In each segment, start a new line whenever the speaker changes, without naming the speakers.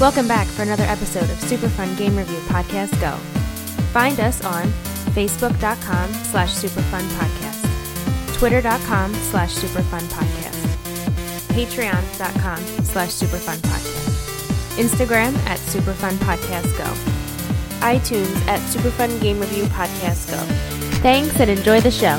Welcome back for another episode of Superfund Game Review Podcast Go. Find us on facebook.com slash superfund podcast, twitter.com slash superfund podcast, patreon.com slash superfund podcast, Instagram at superfund podcast go, iTunes at superfund game review podcast go. Thanks and enjoy the show.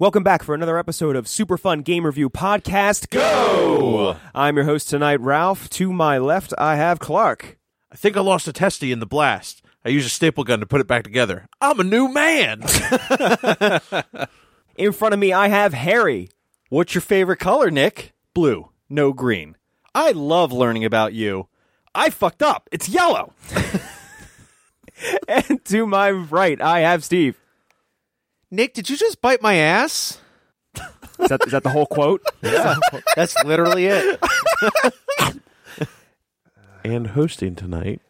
Welcome back for another episode of Super Fun Game Review Podcast. Go! I'm your host tonight, Ralph. To my left, I have Clark.
I think I lost a testy in the blast. I used a staple gun to put it back together. I'm a new man.
In front of me, I have Harry.
What's your favorite color, Nick? Blue, no green. I love learning about you. I fucked up. It's yellow.
And to my right, I have Steve.
Nick, did you just bite my ass?
Is that, is that the whole quote?
That's literally it.
and hosting tonight.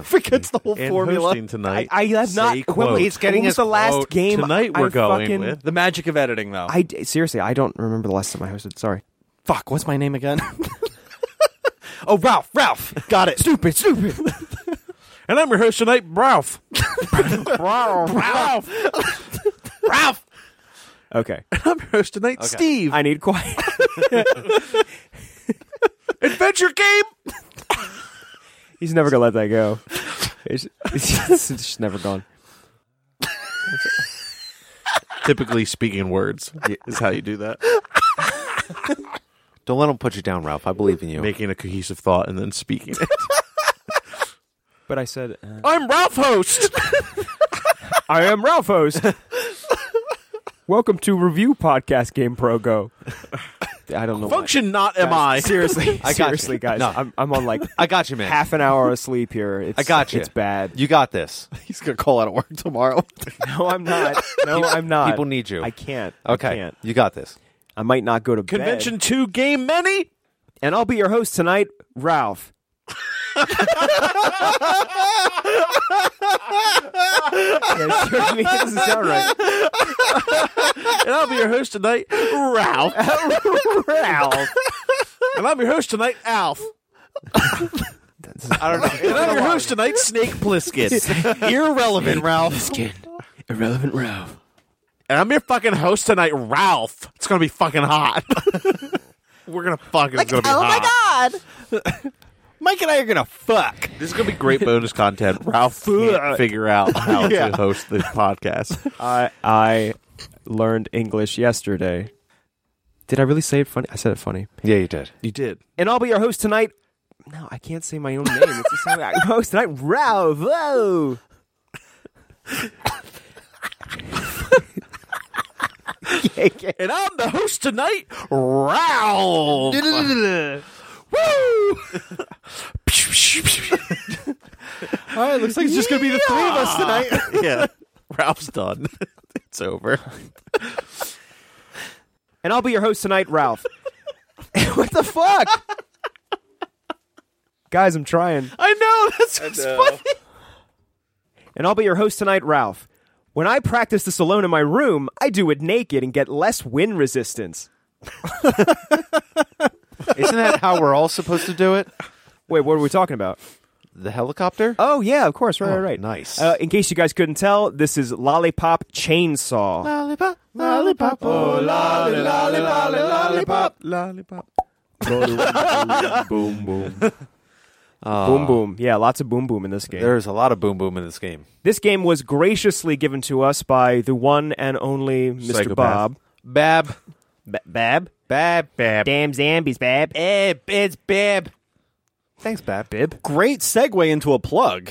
Forgets the whole
And
formula.
hosting tonight.
I have not.
Say
quit-
quote.
He's getting
what was
his
the last
quote.
game
Tonight
I
we're going
fucking-
with-
The magic of editing, though.
I d- seriously, I don't remember the last time I hosted. Sorry.
Fuck, what's my name again? oh, Ralph, Ralph. Got it. Stupid, stupid.
and I'm your host tonight, Ralph. Ralph.
Ralph.
Okay.
I'm your host tonight, Steve.
I need quiet.
Adventure game.
He's never gonna let that go. It's, it's just never gone.
Typically speaking words is how you do that.
Don't let him put you down, Ralph. I believe in you.
Making a cohesive thought and then speaking it.
But I said, uh,
I'm Ralph host.
I am Ralph Host. Welcome to Review Podcast Game Pro Go. I don't know. why.
Function not am I.
Guys, Seriously,
I got you.
seriously, guys.
No.
I'm, I'm on like
I got you, man.
half an hour of sleep here. It's,
I got you.
It's bad.
You got this.
He's going to call out of work tomorrow.
No, I'm not. No, I'm not.
People need you.
I can't. I
okay.
can't.
You got this.
I might not go to
Convention
bed.
two game many.
And I'll be your host tonight, Ralph. yeah, sure, me, it doesn't sound right.
And I'll be your host tonight, Ralph.
Ralph.
and I'm your host tonight, Alf.
I don't
And I'm
know.
your host tonight, Snake Plissken.
Irrelevant, Ralph.
Irrelevant Ralph.
And I'm your fucking host tonight, Ralph. It's gonna be fucking hot. We're gonna fuck. It's gonna be
oh
hot.
my god. Mike and I are going to fuck.
This is gonna be great bonus content. Ralph can't figure out how to host this podcast.
I I learned English yesterday. Did I really say it funny? I said it funny.
Yeah, you did.
You did.
And I'll be your host tonight. No, I can't say my own name. It's just how I host tonight. Ralph. Whoa.
And I'm the host tonight, Ralph. Woo!
All right, looks like it's just going to be the three of us tonight.
yeah, Ralph's done. It's over.
And I'll be your host tonight, Ralph. what the fuck? Guys, I'm trying.
I know. That's what's funny.
And I'll be your host tonight, Ralph. When I practice this alone in my room, I do it naked and get less wind resistance.
Isn't that how we're all supposed to do it?
Wait, what are we talking about?
The helicopter?
Oh yeah, of course, right, right,
Oh,
right.
nice.
Uh, in case you guys couldn't tell, this is Lollipop Chainsaw.
Lollipop, lollipop, oh, lolly, lolly, lolly, lollipop, lollipop.
boom, boom.
boom boom. Yeah, lots of boom boom in this game.
There's a lot of boom boom in this game.
This game was graciously given to us by the one and only Mr.
Psychopath.
Bob.
Bab,
B- Bab.
bab, bab,
Damn zombies, Bab.
bab, it's bab. Thanks, bab.
Bib.
Great segue into a plug.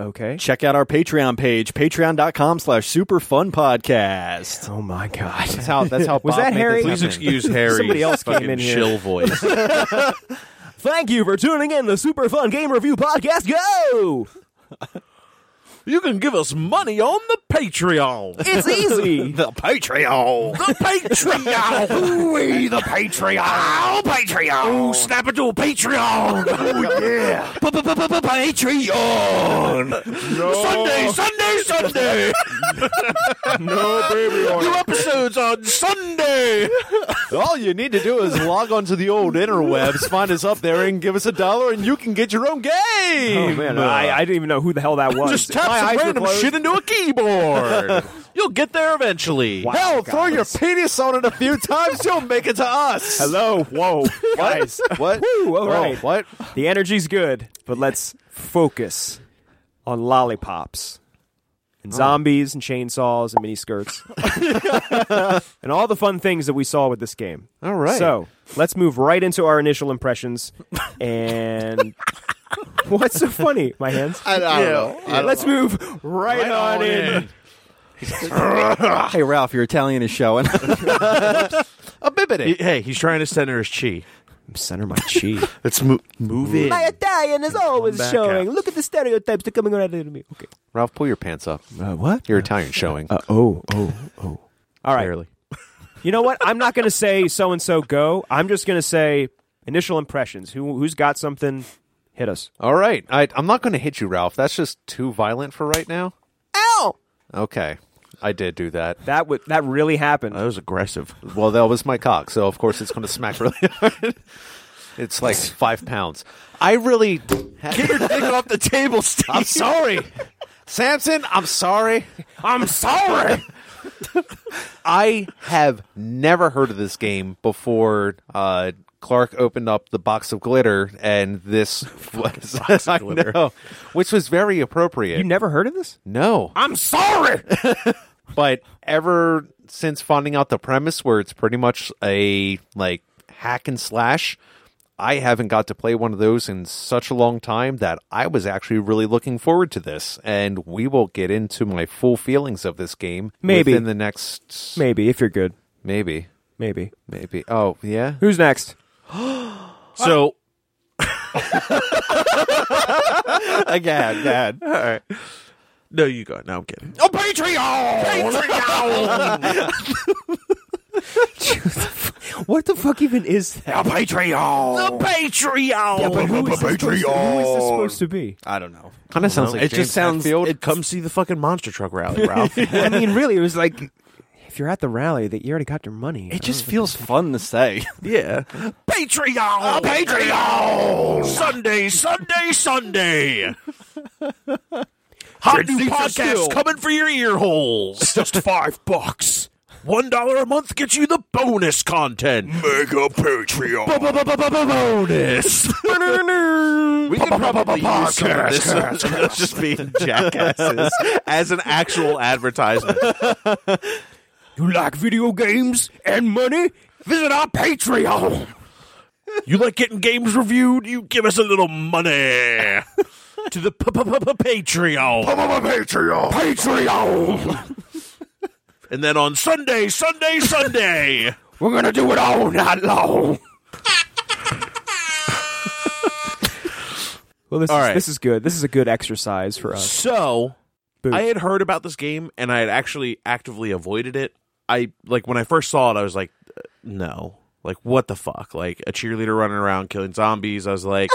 Okay.
Check out our Patreon page, patreon.com slash superfunpodcast.
Oh my god.
That's how. That's how.
Was
Bob
that
made
Harry?
this
Please
happen.
excuse Harry's
Somebody else came
fucking
in here.
chill voice.
Thank you for tuning in to Super Fun Game Review Podcast. Go.
You can give us money on the Patreon.
It's easy.
The Patreon.
The Patreon. Ooh, the Patreon. Oh, Patreon. Ooh, snap into a Patreon. Oh, yeah.
Patreon.
Sunday, Sunday, Sunday.
No baby oil.
New episodes on Sunday.
All you need to do is log onto the old interwebs, find us up there, and give us a dollar, and you can get your own game. Uh,
Oh man, I, I didn't even know who the hell that was.
Just tap
My eyes
some
were
random
closed.
shit into a keyboard. You'll get there eventually.
Hell, throw your penis on it a few times, you'll make it to us.
Hello, whoa, guys.
What?
Woo, all
Whoa,
right.
What?
The energy's good, but let's focus on lollipops and
Oh.
zombies and chainsaws and miniskirts and all the fun things that we saw with this game.
All right.
So let's move right into our initial impressions. And what's so funny, my hands?
I don't know.
let's move right, on, in.
Hey, Ralph, your Italian is showing. a bibbity.
Hey, he's trying to center his chi.
Center my chi.
Let's mo- move in.
Italian is always
Back showing. out.
Look at the stereotypes that are coming out of me. Okay.
Ralph, pull your pants up.
Uh, what?
Your Italian showing.
Uh, oh, oh, oh. All right.
Barely.
You know what? I'm not going to say so and so go. I'm just going to say initial impressions. Who who's got something? Hit us.
All right. I, I'm not going to hit you, Ralph. That's just too violent for right now. Ow! Okay. I did do that.
That would that really happened.
That was aggressive. Well, that was my cock, so of course it's going to smack really hard. It's like five pounds. I really get your dick off the table, Steve. I'm sorry, Samson. I'm sorry.
I'm sorry.
I have never heard of this game before. Uh, Clark opened up the box of glitter, and this was I know, which was very appropriate.
you never heard of this?
no,
I'm sorry.
but ever since finding out the premise where it's pretty much a like hack and slash i haven't got to play one of those in such a long time that i was actually really looking forward to this and we will get into my full feelings of this game
Maybe.
in the next
Maybe if you're good.
maybe
Maybe.
maybe oh yeah
Who's next?
so
Again, again.
no you go no i'm kidding oh patreon patreon
What the fuck even is that?
patreon the patreon
Who is this supposed to- who is this supposed to be?
I don't know.
kind of sounds like
it
James
just sounds.
Hetfield.
It come see the fucking monster truck rally, Ralph.
I mean, really, it was like if you're at the rally, that you already got your money.
It just feels fun to say.
yeah,
Patreon, Patreon, Sunday, Sunday, Sunday. Hot new podcast coming for your ear holes. It's just five bucks. One dollar a month gets you the bonus content. Mega Patreon bonus.
we could probably use some of this
uh,
of us just being jackasses as an actual advertisement.
You like video games and money?
Visit our Patreon. You like getting games reviewed? You give us a little money to the p- p- p- p- Patreon.
Patreon.
Patreon. and then on Sunday, Sunday, Sunday,
We're gonna do it all night long.
Well, this
All
is,
right.
this is good. This is a good exercise for us.
So
Boo.
I had heard about this game and I had actually actively avoided it. I like when I first saw it, I was like, uh, no. Like what the fuck? Like a cheerleader running around killing zombies. I was like,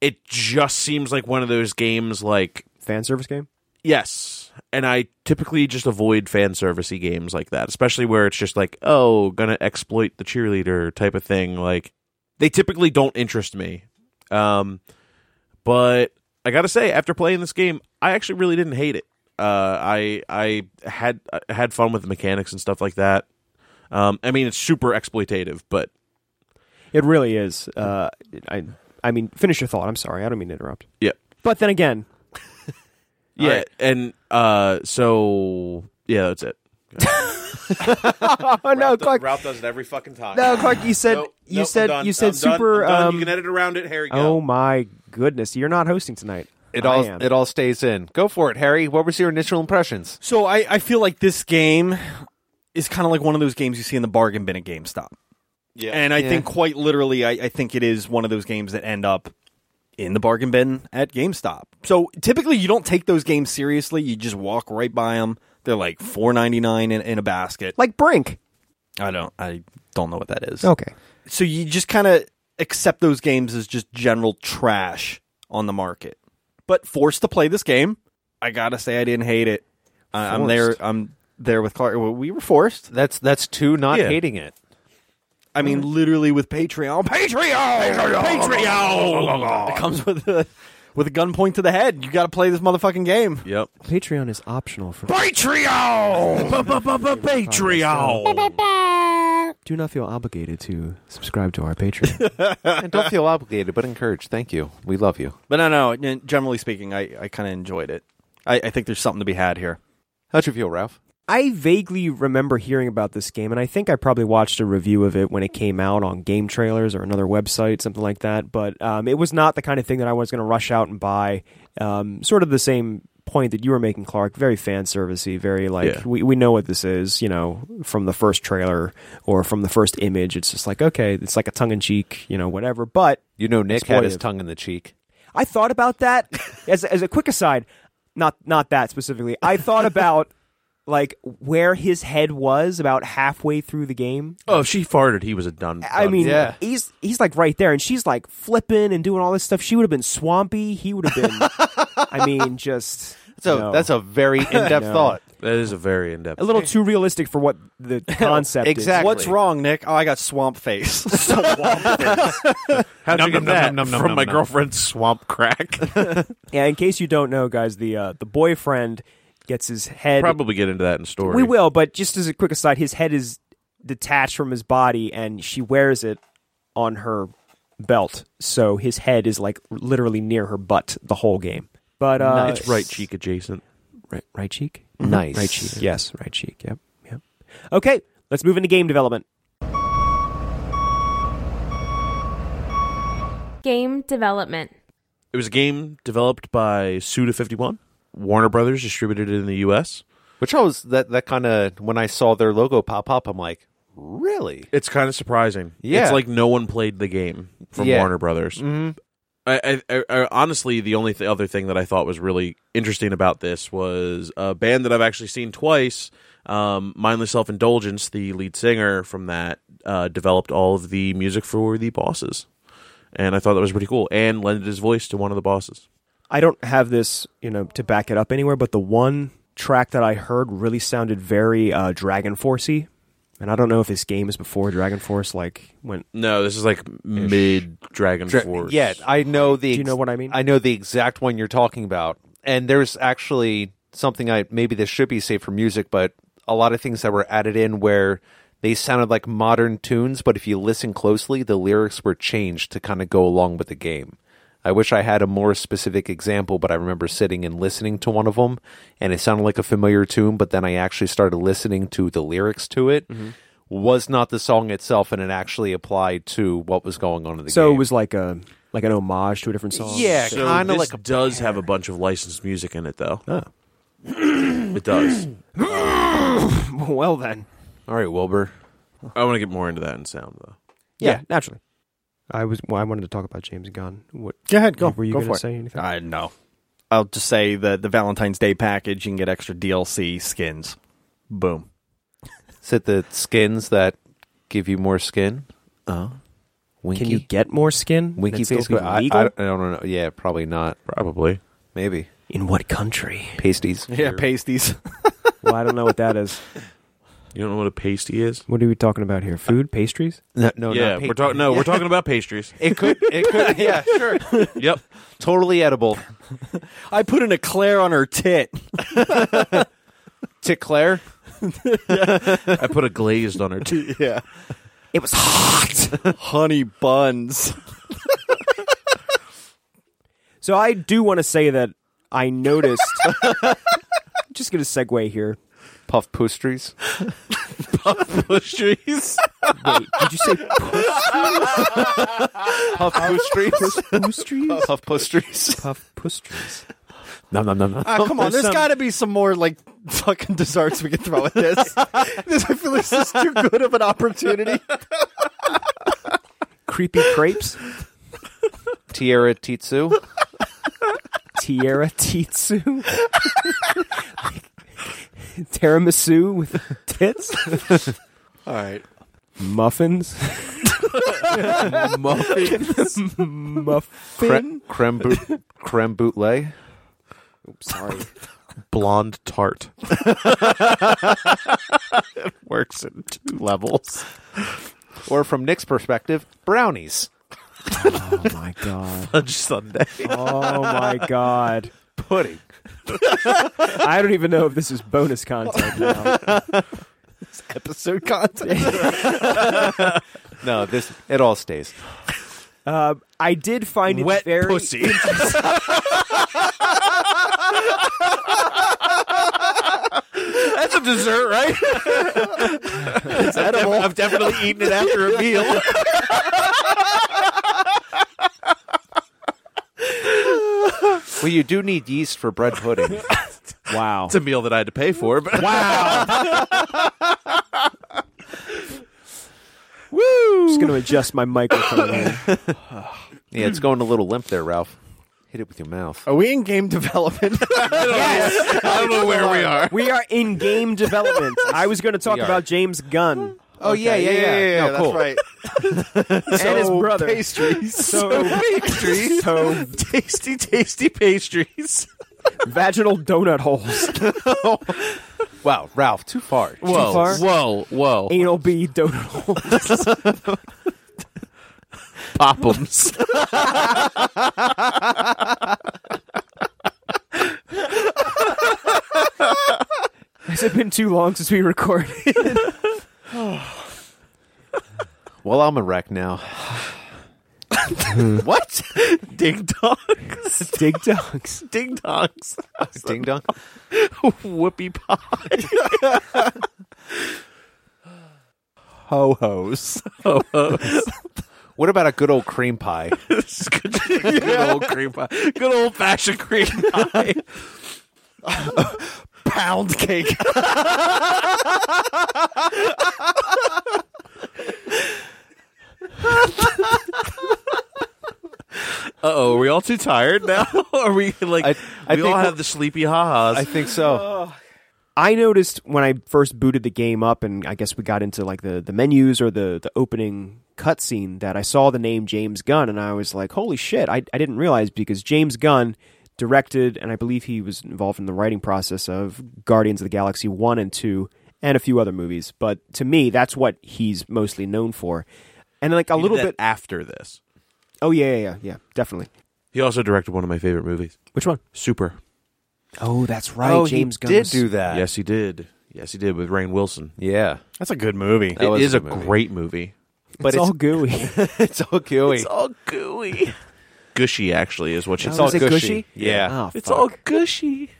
it just seems like one of those games like
Fan service game.
Yes. And I typically just avoid fan servicey games like that, especially where it's just like, oh, gonna exploit the cheerleader type of thing. Like they typically don't interest me. Um but I gotta say, after playing this game, I actually really didn't hate it. Uh I I had I had fun with the mechanics and stuff like that. Um I mean it's super exploitative, but
It really is. Uh, I I mean, finish your thought. I'm sorry. I don't mean to interrupt.
yeah.
But then again,
Yeah. And uh so yeah, that's it.
oh no, Clark.
Ralph does it every fucking time.
No, Clark. You said
Nope,
you
nope, I'm
said
done.
you said
I'm done.
super.
I'm done.
Um,
you can edit around it, Harry.
oh
Go.
my goodness, you're not hosting tonight.
it
I
all
am.
it all stays in. Go for it, Harry. What was your initial impressions?
So I, I feel like this game is kind of like one of those games you see in the bargain bin at GameStop.
Yeah.
And I think quite literally, I, I think it is one of those games that end up in the bargain bin at GameStop. So typically, you don't take those games seriously. You just walk right by them. They're like four ninety nine in, in a basket.
Like Brink.
I don't, I don't know what that is.
Okay.
So you just kind of accept those games as just general trash on the market. But forced to play this game, I gotta say I didn't hate it. I, I'm there. I'm there with Clark. Well, We were forced.
That's that's two not
Yeah.
hating it.
I mean, literally with Patreon. Patreon. Patreon. It comes with a with a gun point to the head. You got to play this motherfucking game.
Yep.
Patreon is optional for
Patreon. Patreon.
do not feel obligated to subscribe to our Patreon.
and don't feel obligated, but encouraged. Thank you. We love you.
But no, no. n- Generally speaking, I, I kind of enjoyed it. I, I think there's something to be had here.
How'd you feel, Ralph?
I vaguely remember hearing about this game, and I think I probably watched a review of it when it came out on game trailers or another website, something like that. But um, it was not the kind of thing that I was going to rush out and buy. Um, sort of the same point that you were making, Clark. Very fan servicey. Very like
Yeah.
we we know what this is. You know, from the first trailer or from the first image, it's just like okay, it's like a tongue in cheek, you know, whatever. But
You know, Nick had his
Exploitive.
tongue in the cheek.
I thought about that as as a quick aside, not not that specifically. I thought about like where his head was about halfway through the game.
Oh, if she farted, he was a done.
I
done.
mean,
yeah.
he's he's like right there, and she's like flipping and doing all this stuff. She would have been swampy. He would have been. I mean, just
So
no.
that's a very in-depth thought.
that is a very in depth.
a little too realistic for what the concept
Exactly.
What's wrong, Nick? Oh, I got swamp face.
How'd
Nom
you get
nom nom
that
nom nom
from
nom
my
nom.
girlfriend's swamp crack?
is. Yeah, in case you don't know, guys, the uh, the boyfriend gets his head
Probably get into that in story.
We will, but just as a quick aside, his head is detached from his body and she wears it on her belt. So his head is like literally near her butt the whole game. But uh
It's right cheek adjacent.
right, right cheek.
Nice.
Right cheek. Yes, right cheek. Yep. Yep. Okay, let's move into game development.
Game development.
It was a game developed by Suda Fifty One. Warner Brothers distributed it in the U.S.
Which I was that that kind of when I saw their logo pop up, I'm like, really?
It's kind of surprising.
Yeah.
it's like no one played the game from
Yeah.
Warner Brothers.
Mm-hmm.
I, I, I, I honestly, the only th- other thing that I thought was really interesting about this was a band that I've actually seen twice. Um, Mindless Self Indulgence, the lead singer from that, uh, developed all of the music for the bosses, and I thought that was pretty cool. And lended his voice to one of the bosses.
I don't have this, you know, to back it up anywhere, but the one track that I heard really sounded very uh Dragon Forcey. And I don't know if this game is before Dragon Force, like when
No, this is like mid Dragon Force.
Yeah, I know the.
Do you know what I mean?
I know the exact one you're talking about. And there's actually something I maybe this should be safe for music, but a lot of things that were added in where they sounded like modern tunes, but if you listen closely, the lyrics were changed to kind of go along with the game. I wish I had a more specific example, but I remember sitting and listening to one of them, and it sounded like a familiar tune, but then I actually started listening to the lyrics to it.
Mm-hmm.
Was not the song itself, and it actually applied to what was going on in the
So
game.
it was like a like an homage to a different song.
yeah,
so
kind of
this
like a
does have a bunch of licensed music in it, though. it does.
well then.
All right, Wilbur.
I want to get more into that in sound, though.
Yeah, naturally. I was. Well, I wanted to talk about James Gunn. What
go ahead, go.
were you
go
going
for
to
it. Uh,
say? Anything?
I know. I'll just say that the Valentine's Day package, you can get extra DLC skins. Boom.
Is it the skins that give you more skin? Uh-huh.
Oh,
Winky,
Can you get more skin?
winky
That's still
face? I, I,
legal?
don't- I don't know. Yeah, probably not.
probably.
Maybe
In what country?
pasties.
Yeah, pasties.
well, I don't know what that is.
You don't know what a pasty is?
What are we talking about here? Food, pastries?
No, no,
yeah,
not pa-
we're talking. No, we're talking about pastries.
It could. It could. yeah, sure.
yep.
Totally edible.
I put an eclair on her tit.
To Claire.
I put a glazed on her too.
Yeah.
It was hot.
Honey buns.
so I do want to say that I noticed. I'm just going to segue here.
Puff pastries.
Pastries.
Wait, did you say
Puff pastries.
pastries?
Puff pastries.
Puff pastries.
No, no, no, no.
Ah, come on,
There's
there's
some-
got to be some more like fucking desserts we can throw at this. this I feel this is too good of an opportunity.
Creepy crepes.
Tierra Titsu.
Tierra Titsu. Tiramisu with tits.
All right.
Muffins. Muffin.
creme, boot, creme bootleg.
Sorry.
Blonde tart. Works in two levels.
Or from Nick's perspective, brownies.
Oh my god.
Fudge Sunday.
Oh my god.
Pudding.
I don't even know if this is bonus content now.
Episode content.
No, this it all stays.
Um, I did find it
Wet
very
pussy. That's a dessert, right?
It's edible.
I've definitely eaten it after a meal.
Well, you do need yeast for bread pudding.
wow.
It's a meal that I had to pay for, but
I'm just going to adjust my microphone. here.
yeah, it's going a little limp there, Ralph. Hit it with your mouth.
Are we in game development?
I don't know where we are.
We are in game development. I was going to talk
We are.
about James Gunn
Oh yeah, yeah, yeah, No, cool.
right.
and his brother.
Pastries.
So,
Pastries.
so
tasty, tasty pastries.
vaginal donut holes,
Wow, Ralph, too far.
Whoa,
far?
whoa, whoa.
anal bead donut holes.
Popums.
Has it been too long since we recorded?
Well, I'm a wreck now.
what? Ding dongs.
Dig dogs.
Ding dongs.
Ding dong.
Whoopie pop.
Ho hos.
What about a good old cream pie?
good, good old cream pie. Good old fashioned cream pie.
Pound cake.
Uh oh, are we all too tired now? are we like
I- I
we
think
all
we'll-
have the sleepy ha-has?
I think so.
I noticed when I first booted the game up, and I guess we got into like the, the menus or the, the opening cutscene, that I saw the name James Gunn, and I was like, holy shit, I, I didn't realize because James Gunn directed, and I believe he was involved in the writing process of Guardians of the Galaxy 1 and 2, and a few other movies. But to me, that's what he's mostly known for. And like a
He did
little
that
bit.
after this.
Oh, yeah, yeah, yeah, yeah, definitely.
He also directed one of my favorite movies,
Which one?
Super.
Oh, that's right.
oh,
James
he
Gunn
did
was-
do that.
Yes, he did. Yes, he did with Rain Wilson.
Yeah,
That's a good movie.
That
it
was
is a,
a good movie.
great movie.
But it's, all gooey.
it's all gooey. It's all,
all gooey. Gushy, actually, is what you
Oh, is it
gushy.
gushy?
Yeah.
Oh,
It's
fuck.
all gushy.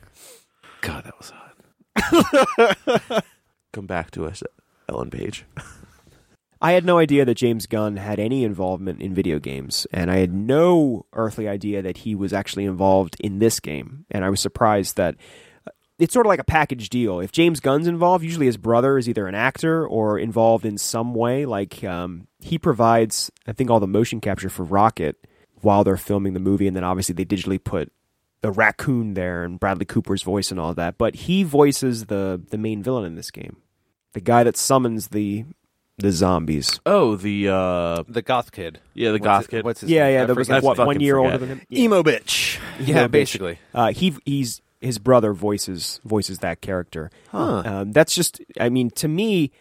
God, that was hot. Come back to us, Ellen Page.
I had no idea that James Gunn had any involvement in video games, and I had no earthly idea that he was actually involved in this game. And I was surprised that uh, it's sort of like a package deal. If James Gunn's involved, usually his brother is either an actor or involved in some way. Like um, he provides, I think, all the motion capture for Rocket while they're filming the movie, and then obviously they digitally put the raccoon there and Bradley Cooper's voice and all that. But he voices the the main villain in this game, the guy that summons the the zombies.
Oh, the uh,
the goth kid.
yeah, the
What's
goth
it-
kid.
What's his
yeah,
name?
yeah.
I
There was like
forget.
what
I
one year
fucking
older than him.
Emo bitch.
Yeah, basically.
Uh, he he's his brother voices voices that character.
Huh.
Um, that's just. I mean, to me,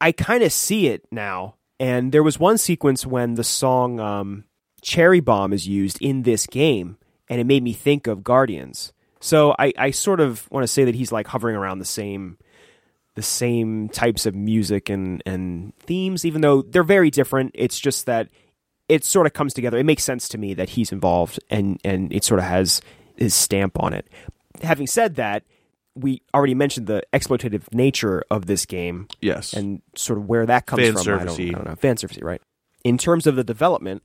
I kind of see it now. And there was one sequence when the song um, "Cherry Bomb" is used in this game, and it made me think of Guardians. So I, I sort of want to say that he's like hovering around the same the same types of music and, and themes, even though they're very different. It's just that it sort of comes together. It makes sense to me that he's involved and, and it sort of has his stamp on it. Having said that, we already mentioned the exploitative nature of this game
Yes,
and sort of where that comes
Fan
from. I don't,
service-y.
I don't know. Fan service, right? In terms of the development,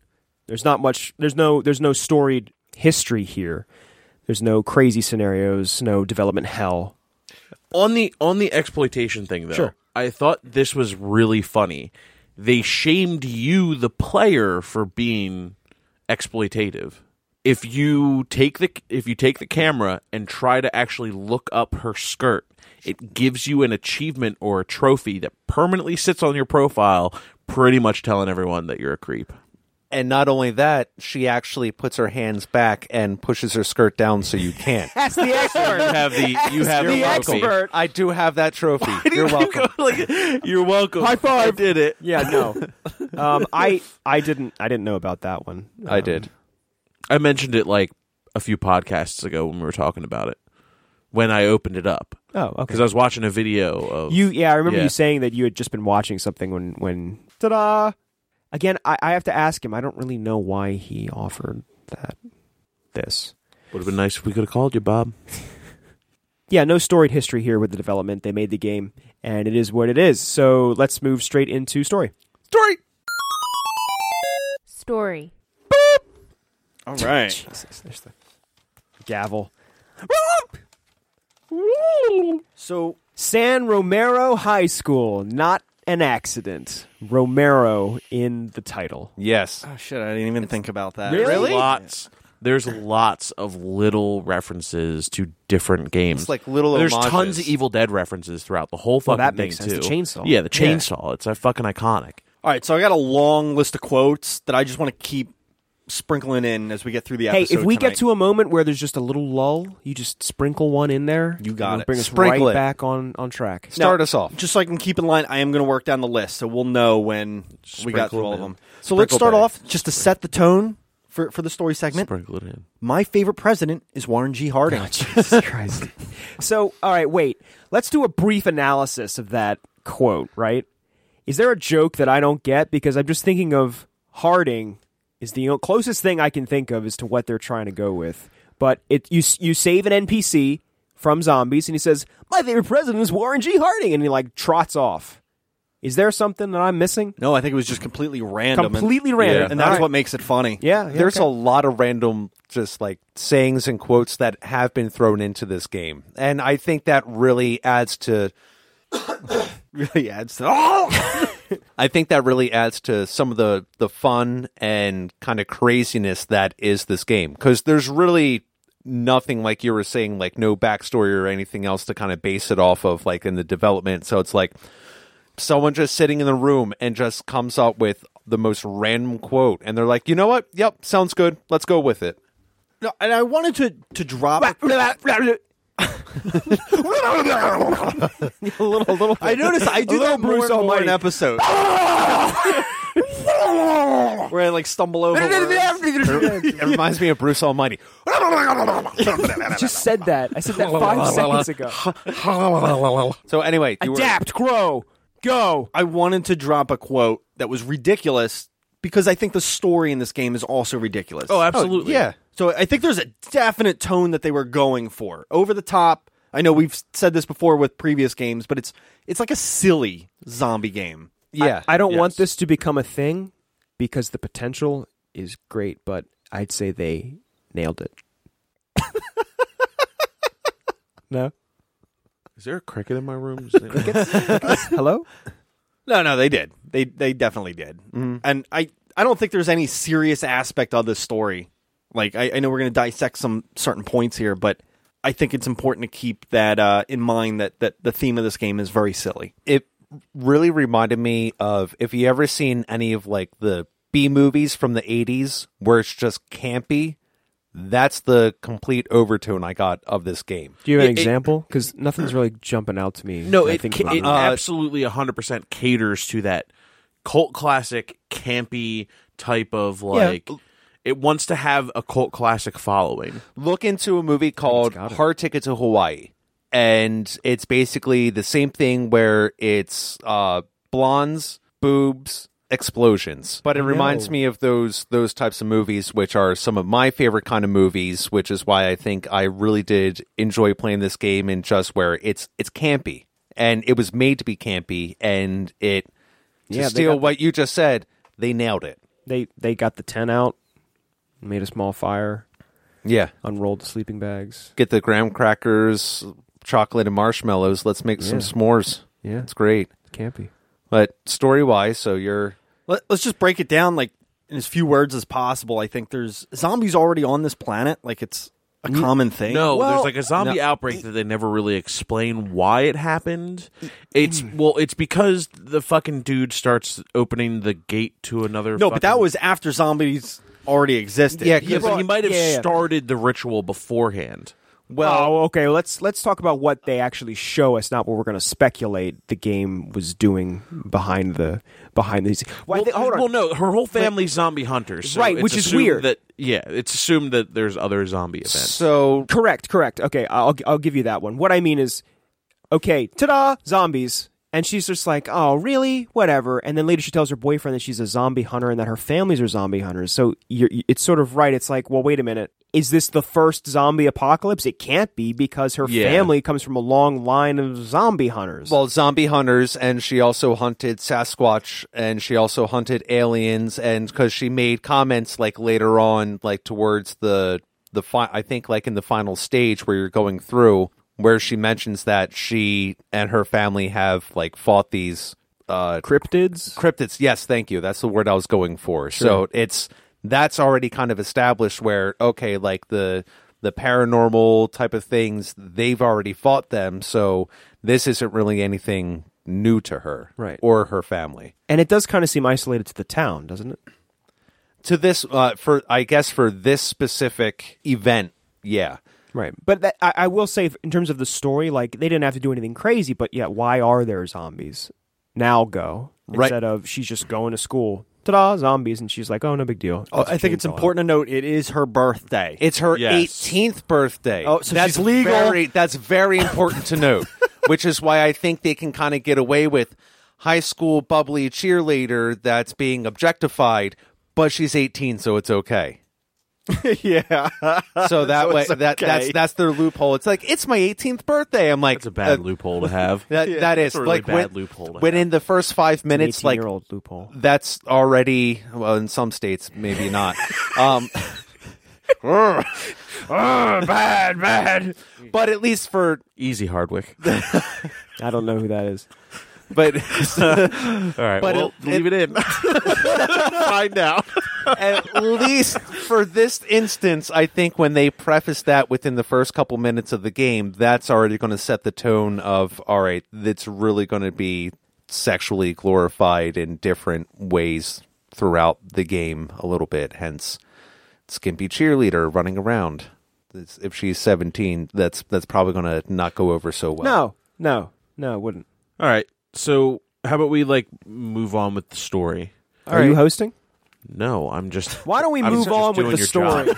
there's not much. There's no. There's no storied history here. There's no crazy scenarios. No development hell.
on the on the exploitation thing though
Sure.
i thought this was really funny they shamed you the player for being exploitative. If you take the if you take the camera and try to actually look up her skirt, it gives you an achievement or a trophy that permanently sits on your profile, pretty much telling everyone that you're a creep.
And not only that, she actually puts her hands back and pushes her skirt down so you can't.
That's the
You
expert.
have the you have
You're
the
welcome.
trophy.
expert.
I do have that trophy. You're welcome.
Like, you're welcome. High five. I did it.
yeah, no. Um, I I didn't I didn't know about that one.
I did.
I mentioned it like a few podcasts ago when we were talking about it. When I opened it up,
Oh,
because
okay.
I was watching a video of
You yeah, I remember
Yeah.
you saying that you had just been watching something when when ta-da. Again, I, I have to ask him. I don't really know why he offered that this.
Would have been nice if we could have called you, Bob.
yeah, no storied history here with the development. They made the game, and it is what it is. So let's move straight into story.
Story.
Story.
All right.
Jesus, there's the gavel.
So
San Romero High School, not an accident. Romero in the title.
Yes.
oh shit, I didn't even think about that.
Lots. There's lots of little references to different games.
It's like little
There's
homages.
tons of Evil Dead references throughout the whole
Well,
fucking
that
thing
makes sense.
too.
The chainsaw.
Yeah, the chainsaw. It's a fucking iconic.
All right, so I got a long list of quotes that I just want to keep sprinkling in as we get through the
Hey,
episode.
if we get
tonight.
to a moment where there's just a little lull, you just sprinkle one in there.
You got
It'll
it.
Bring us
Sprinkle
right
it.
back on on track.
Start us off.
just so I can keep in line, I am going to work down the list, so we'll know when we got
Sprinkle
through all of
them in.
them. So let's
Sprinkle
start
bag.
off just to set the tone for for the story segment.
Sprinkle it in.
My favorite president is Warren G. Harding.
Jesus Christ. So, all right, wait. Let's do a brief analysis of that quote, right? Is there a joke that I don't get? Because I'm just thinking of Harding is the o- closest thing I can think of as to what they're trying to go with. But it you s- you save an NPC from zombies, and he says, "My favorite president is Warren G. Harding," and he like trots off. Is there something that I'm missing?
no, I think it was just completely random. and-
Completely random.
and that's
All right.
what makes it funny.
Yeah, yeah,
There's
okay.
a lot of random just like sayings and quotes that have been thrown into this game. And I think that really adds to
really adds to. Oh!
I think that really adds to some of the the fun and kind of craziness that is this game because there's really nothing like you were saying like no backstory or anything else to kind of base it off of like in the development so it's like someone just sitting in the room and just comes up with the most random quote and they're like you know what yep sounds good let's go with it
No, and I wanted to to drop.
a little, a little.
I noticed I do that
Bruce
Bruce more
Almighty.
in episode. Where I like stumble over. words.
it reminds me of Bruce Almighty
just said that. I said that five seconds ago.
so anyway you were-
Adapt, grow, go.
I wanted to drop a quote that was ridiculous because I think the story in this game is also ridiculous.
Oh, absolutely.
yeah
So I think there's a definite tone that they were going for. Over the top. I know we've said this before with previous games, but it's it's like a silly zombie game.
yeah
I don't want
Yes.
this to become a thing because the potential is great, but I'd say they nailed it. no?
Is there a cricket in my room?
Hello?
No, no, they did. They they definitely did. And I I don't think there's any serious aspect of this story. Like I, I know we're going to dissect some certain points here, but I think it's important to keep that uh, in mind that that the theme of this game is very silly.
it really reminded me of if you ever seen any of like the B movies from the 80s where it's just campy, that's the complete overtone I got of this game.
Do you have an
It- it-
example? Because nothing's really jumping out to me.
No,
when I
it,
think
ca-
about Uh,
it uh, absolutely 100% caters to that cult classic, campy type of like. It wants to have a cult classic following.
Look into a movie called
got it.
Hard Ticket to Hawaii. And it's basically the same thing where it's uh blondes, boobs, explosions. But it reminds
No.
me of those those types of movies which are some of my favorite kind of movies, which is why I think I really did enjoy playing this game and just where it's it's campy. And it was made to be campy and it to
Yeah, they
steal
got the-
what you just said, they nailed it.
They, they got the tent out, made a small fire,
Yeah.
unrolled the sleeping bags.
get the graham crackers, chocolate, and marshmallows. Let's make some
Yeah.
s'mores.
Yeah.
it's great.
Campy.
But story wise, so you're
Let, let's just break it down. Like in as few words as possible. I think there's zombies already on this planet. Like it's a common thing.
No,
Well,
there's like a zombie
no.
outbreak that they never really explain why it happened. It's well, it's because the fucking dude starts opening the gate to another.
no, but that
fucking-
was after zombies already existed.
Yeah,
yeah, but he might have
yeah, yeah.
started the ritual beforehand.
Well,
oh, okay. Let's let's talk about what they actually show us, not what we're going to speculate the game was doing behind the behind these. Well, I
Well,
thi- hold on.
well, no, her whole family's zombie hunters, so
Right,
it's
which is
assumed
weird.
That yeah, it's assumed that there's other zombie events.
So
Correct, correct. Okay, I'll I'll give you that one. What I mean is, okay, ta-da, zombies. And she's just like, oh, really? Whatever. And then later she tells her boyfriend that she's a zombie hunter and that her families are zombie hunters. So you're, you- it's sort of right. It's like, well, wait a minute. Is this the first zombie apocalypse? It can't be because her
Yeah.
family comes from a long line of zombie hunters.
well, zombie hunters, and she also hunted Sasquatch, and she also hunted aliens, and because she made comments like later on, like towards the the fi- I think like in the final stage where you're going through, where she mentions that she and her family have like fought these uh,
cryptids?
cryptids. Yes, thank you. That's the word I was going for. So it's that's already kind of established where okay, like the the paranormal type of things they've already fought them. So this isn't really anything new to her,
Right.
or her family.
And it does kind of seem isolated to the town, doesn't it?
To this, uh, for I guess for this specific event, yeah.
Right. But that, I, I will say, in terms of the story, like they didn't have to do anything crazy, but yeah, why are there zombies? Now go.
Right.
Instead of she's just going to school. Ta da, zombies. And she's like, oh, no big deal.
oh, I think it's important to note it is her birthday.
It's her
Yes.
18th birthday.
Oh, so
that's
she's legal.
Very, that's very important to note, which is why I think they can kind of get away with high school bubbly cheerleader that's being objectified, but she's 18, so it's okay.
yeah.
So that way,
it's
that
okay.
that's that's their loophole. It's like it's my 18th birthday. I'm like,
That's a bad
uh,
loophole to have.
That, that is
That's a really
like
bad
when,
loophole to
when
have.
in the first five minutes, like
year old loophole.
that's already well in some states maybe not um Urgh. Urgh, bad bad but at least for
Easy, Hardwick.
I don't know who that is.
but
All right,
But
well,
it-
leave it, in. Find out.
at least for this instance i think when they preface that within the first couple minutes of the game that's already going to set the tone of all right it's really going to be sexually glorified in different ways throughout the game a little bit hence skimpy cheerleader running around. It's- If she's 17, that's that's probably going to not go over so well.
No, no, no, it wouldn't.
All right, so how about we like move on with the story?
Are you hosting?
No, I'm just.
Why don't we
I'm
move
just
on
doing
with the
your job.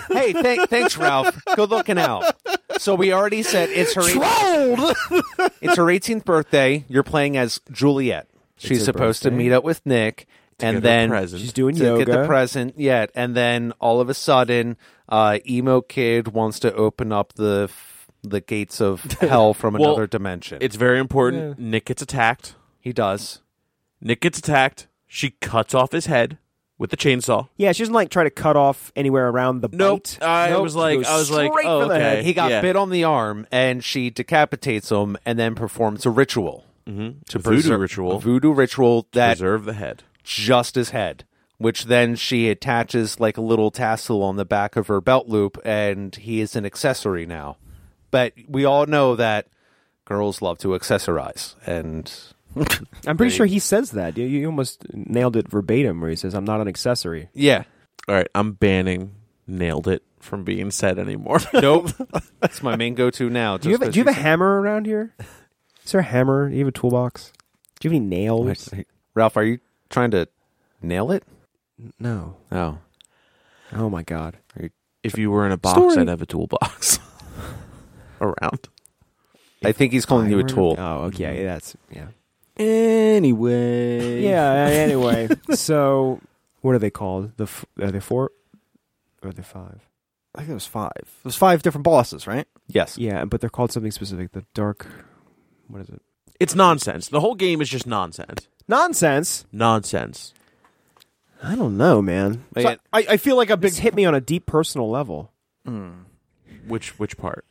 story?
Hey, th- thanks, Ralph. Good looking out. So we already said it's her it's her 18th birthday. You're playing as Juliet. She's
her
supposed to
birthday.
meet up with Nick,
her
and then
present.
She's doing
to
yoga.
get the present yet. And then all of a sudden, uh, emo kid wants to open up the f- the gates of hell from
Well,
another dimension.
It's very important. Nick gets attacked.
he does.
Nick gets attacked. She cuts off his head with the chainsaw.
yeah, she doesn't like try to cut off anywhere around the
Nope.
bite.
I
Nope. Uh,
was
She
like,
goes
I was like,
straight
oh,
for the
okay.
head.
He got
Yeah.
bit on the arm, and she decapitates him, and then performs a ritual to
Mm-hmm. voodoo
preser-
ritual.
a voodoo ritual that
Preserve the head.
just his head, which then she attaches like a little tassel on the back of her belt loop, and he is an accessory now. But we all know that girls love to accessorize, and
I'm pretty sure he says that. You, you almost nailed it verbatim where he says, I'm not an accessory.
yeah,
All right, I'm banning. Nailed it from being said anymore.
nope, that's my main go-to now.
Do you have a, do you have a hammer around here? Is there a hammer? Do you have a toolbox? Do you have any nails?
Ralph? Are you trying to nail it?
No.
Oh,
Oh my god.
if you were in a box, I'd have a toolbox around.
I think he's calling you a tool.
Oh, okay. That's yeah.
Anyway.
Yeah. Anyway, so what are they called? The f- are they four? Or are they five?
I think it was five. It was five different bosses, right?
Yes,
Yeah, but they're called something specific. The dark. What is it?
It's nonsense. The whole game is just nonsense.
Nonsense.
Nonsense.
I don't know, man.
But
So
yeah,
I, I feel like a big
This hit me on a deep personal level.
Which which part?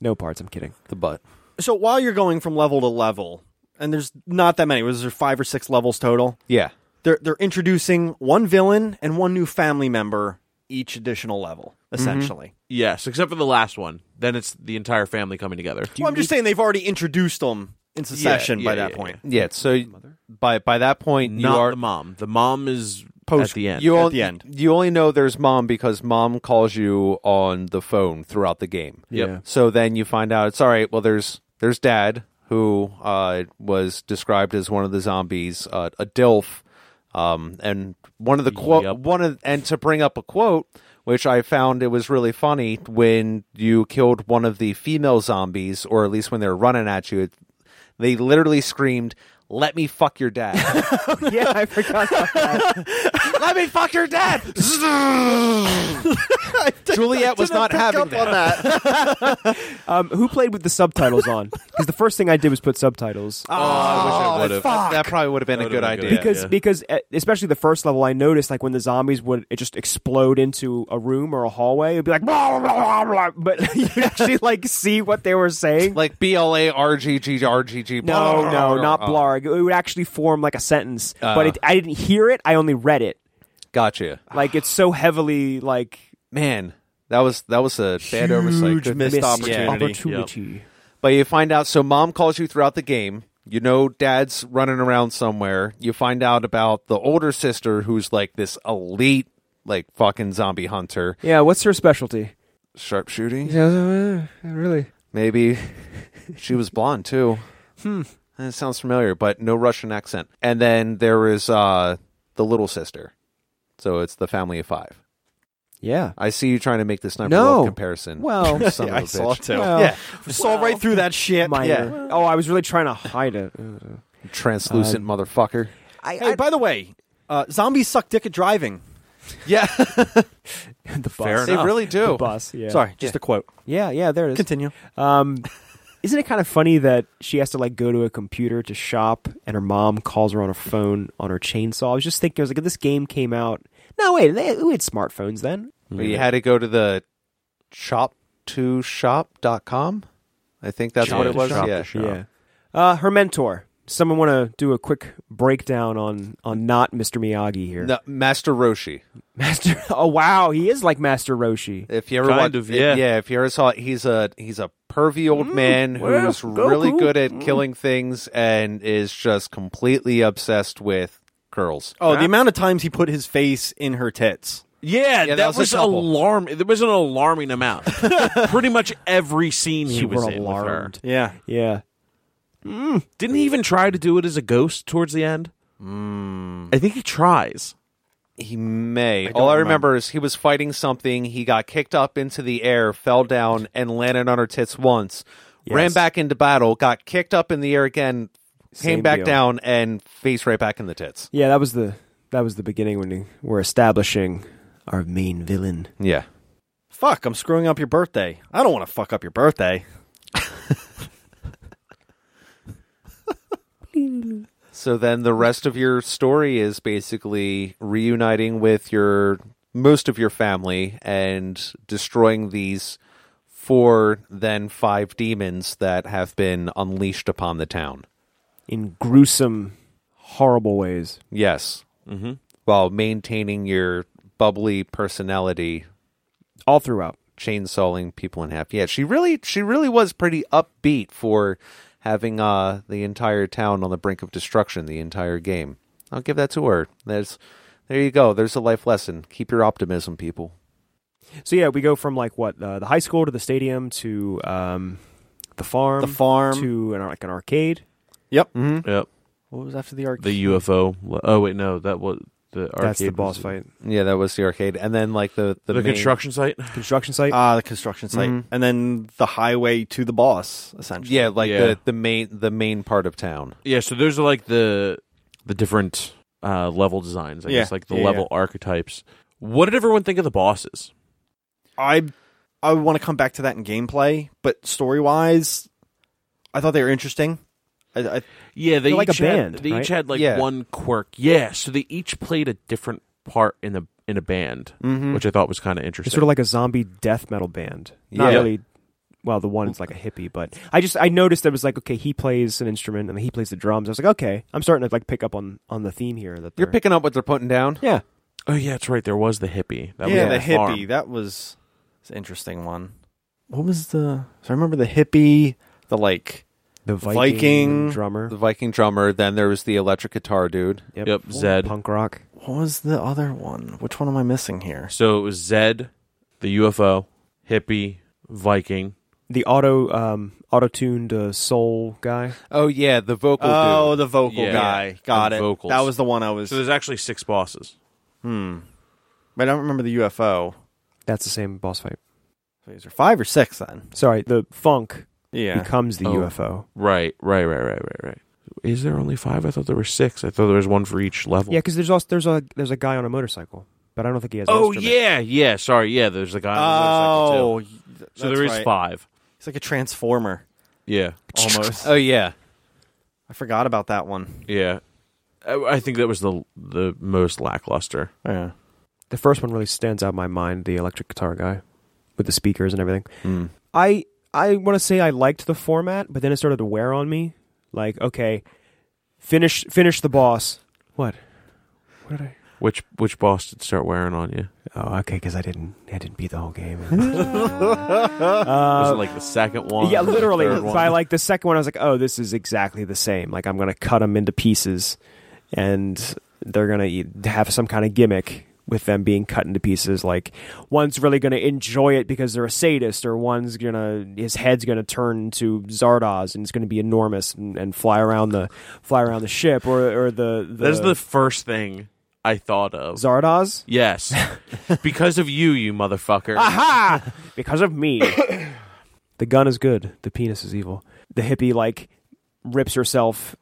No parts. I'm kidding.
the butt.
so while you're going from level to level, and there's not that many. Was there five or six levels total?
Yeah,
they're they're introducing one villain and one new family member each additional level, essentially.
Yes, except for the last one. Then it's the entire family coming together.
Well, I'm just saying they've already introduced them in succession by
yeah,
that
yeah,
point.
Yeah, so by by that point,
Not
you are
the mom. The mom is
post
at the end.
You
At
on-
the end.
You only know there's mom because mom calls you on the phone throughout the game.
Yep. Yeah.
So then you find out it's all right. Well, there's there's dad who uh, was described as one of the zombies, uh, a dilf, um, and one of the quote
Yep.
one of and to bring up a quote which I found it was really funny when you killed one of the female zombies, or at least when they were running at you. It, they literally screamed, "Let me fuck your dad."
yeah, I forgot about that.
Let me fuck your dad. Juliet was not having that.
Um, who played with the subtitles on? Because the first thing I did was put subtitles.
Oh, I wish I
Oh,
would've.
fuck.
That probably would have been a
That
good
would've
idea.
been a good
because
yeah.
because uh, especially the first level, I noticed like when the zombies would it just explode into a room or a hallway, it'd be like blah, blah, blah, blah, but you actually like see what they were saying.
like B L A R G G R G G.
no, no, not blarg. It would actually form like a sentence, but
Uh.
it, I didn't hear it. I only read it.
Gotcha,
Like it's so heavily like
man. That was that was a bad oversight. Good
missed
opportunity.
opportunity.
But you find out. So mom calls you throughout the game. You know, dad's running around somewhere. You find out about the older sister who's like this elite, like fucking zombie hunter,
Yeah, what's her specialty?
sharpshooting.
really?
Maybe she was blonde too. Hmm. That sounds familiar, but no Russian accent. And then there is uh, the little sister. So it's the family of five.
Yeah.
I see you trying to make this number
No.
love comparison.
Well,
you son of a bitch.
Well,
yeah, saw right through that shit.
Minor.
Yeah.
Oh, I was really trying to hide it.
Translucent motherfucker.
Hey, by the way, uh, zombies suck dick at driving.
Yeah,
the bus.
they really do.
The bus. Yeah.
Sorry, just a quote.
Yeah, yeah, there it is.
Continue.
Um, isn't it kind of funny that she has to like go to a computer to shop, and her mom calls her on her phone on her chainsaw? I was just thinking, I was like, if this game came out. No, wait, they, we had smartphones then.
But you had to go to the shop to shop.com. I think that's what it was.
Shop to
yeah.
shop.
Yeah. Uh, her mentor. Someone want to do a quick breakdown on on not Mr. Miyagi here,
No, Master Roshi.
Master. Oh wow, he is like Master Roshi.
If you ever
Kind
watch,
of, yeah.
yeah. If you ever saw, it, he's a he's a pervy old man who's really good at killing things and is just completely obsessed with girls.
Oh, the amount of times he put his face in her tits.
Yeah,
that
that,
was
was,
a couple.
alarm. There was an alarming amount. Pretty much every scene he
You
was
were
in with her.
alarmed.
Yeah.
Yeah.
Didn't he even try to do it as a ghost towards the end? I think he tries.
He may. All I remember is he was fighting something. He got kicked up into the air, fell down, and landed on her tits once. Ran
Yes.
back into battle, got kicked up in the air again, came
Same
back
deal.
down, and face right back in the tits.
Yeah, that was the that was the beginning when we were establishing our main villain.
Yeah.
Fuck, I'm screwing up your birthday. I don't want to fuck up your birthday.
So then the rest of your story is basically reuniting with your most of your family and destroying these four then five demons that have been unleashed upon the town.
in gruesome, horrible ways.
Yes. Mm-hmm. While maintaining your bubbly personality,
All throughout.
chainsawing people in half. Yeah, she really, she really was pretty upbeat for having uh, the entire town on the brink of destruction the entire game. I'll give that to her. There's, there you go. There's a life lesson. Keep your optimism, people.
So yeah, we go from like what uh, the high school to the stadium to um, the farm,
Um,
The farm.
to an, like an arcade.
Yep.
Mm-hmm.
Yep.
What was after the arcade?
The UFO. Oh wait, no, that was the arcade.
That's the boss
was-
fight.
Yeah, that was the arcade, and then like the the,
The,
main-
construction site.
Construction site.
Ah, the construction site,
Mhm.
and then the highway to the boss, essentially.
Yeah, like
Yeah.
the the main the main part of town.
Yeah. So those are like the the different uh, level designs. I
Yeah,
guess like the
yeah,
level archetypes. What did everyone think of the bosses?
I I want to come back to that in gameplay, but story wise, I thought they were interesting. I, I,
Yeah, they
They're like
each
a
had-
band,
They
right?
each had like
Yeah.
one quirk. Yeah. So they each played a different part in the Hmm. in a band, which I thought was kind of
it's
interesting.
sort of like a zombie death metal band. Not
Yeah.
really well, the one is like a hippie, but I just I noticed I was like, okay, he plays an instrument and he plays the drums. I was like, okay, I'm starting to like pick up on on the theme here. That they're-
You're picking up what they're putting down.
yeah,
Oh yeah, that's right. There was the hippie. That
yeah, the
was on farm.
hippie. That was it's an interesting one. What was the? So I remember the hippie, the like
the
Viking-
drummer,
The Viking drummer. Then there was the electric guitar dude.
Yep, Zed.
punk rock.
what was the other one? Which one am I missing here?
So it was Zed, the UFO, hippie, Viking.
the auto um auto tuned uh, soul guy.
Oh yeah, the vocal
Oh,
dude.
the vocal
Yeah.
guy. Got
The
it.
vocals.
That was the one I was. hmm.
So there's actually six bosses.
But I don't remember the UFO.
That's the same boss fight.
So these are five or six then.
Sorry, the funk
Yeah.
becomes the
Oh.
UFO.
Right, right, right, right, right, right. Is there only five? I thought there were six. I thought there was one for each level.
Yeah, because there's also there's a there's a guy on a motorcycle, but I don't think he has. an
Oh
instrument.
yeah, yeah. Sorry, yeah. There's a guy. On the
oh,
motorcycle,
y- th-
too. so
that's
there is
right.
five.
It's like a transformer
Yeah,
almost.
Oh yeah.
I forgot about that one.
yeah. I, I think that was the the most lackluster.
Yeah.
the first one really stands out in my mind. The electric guitar guy with the speakers and everything. I I want to say I liked the format, but then it started to wear on me. Like okay, finish finish the boss. What? What did I?
Which which boss did start wearing on you?
Oh, okay, because I didn't I didn't beat the whole game.
was it like the second one?
Uh, Yeah,
or the
literally.
third one?
By like the second one, I was like, oh, this is exactly the same. Like I'm gonna cut them into pieces, and they're gonna e- have some kind of gimmick with them being cut into pieces. Like one's really gonna enjoy it because they're a sadist, or one's gonna his head's gonna turn to Zardoz and it's gonna be enormous and, and fly around the fly around the ship, or or the, the
That's the first thing I thought of.
Zardoz.
Yes, because of you, you motherfucker.
Aha! Because of me. the gun is good. The penis is evil. The hippie like rips herself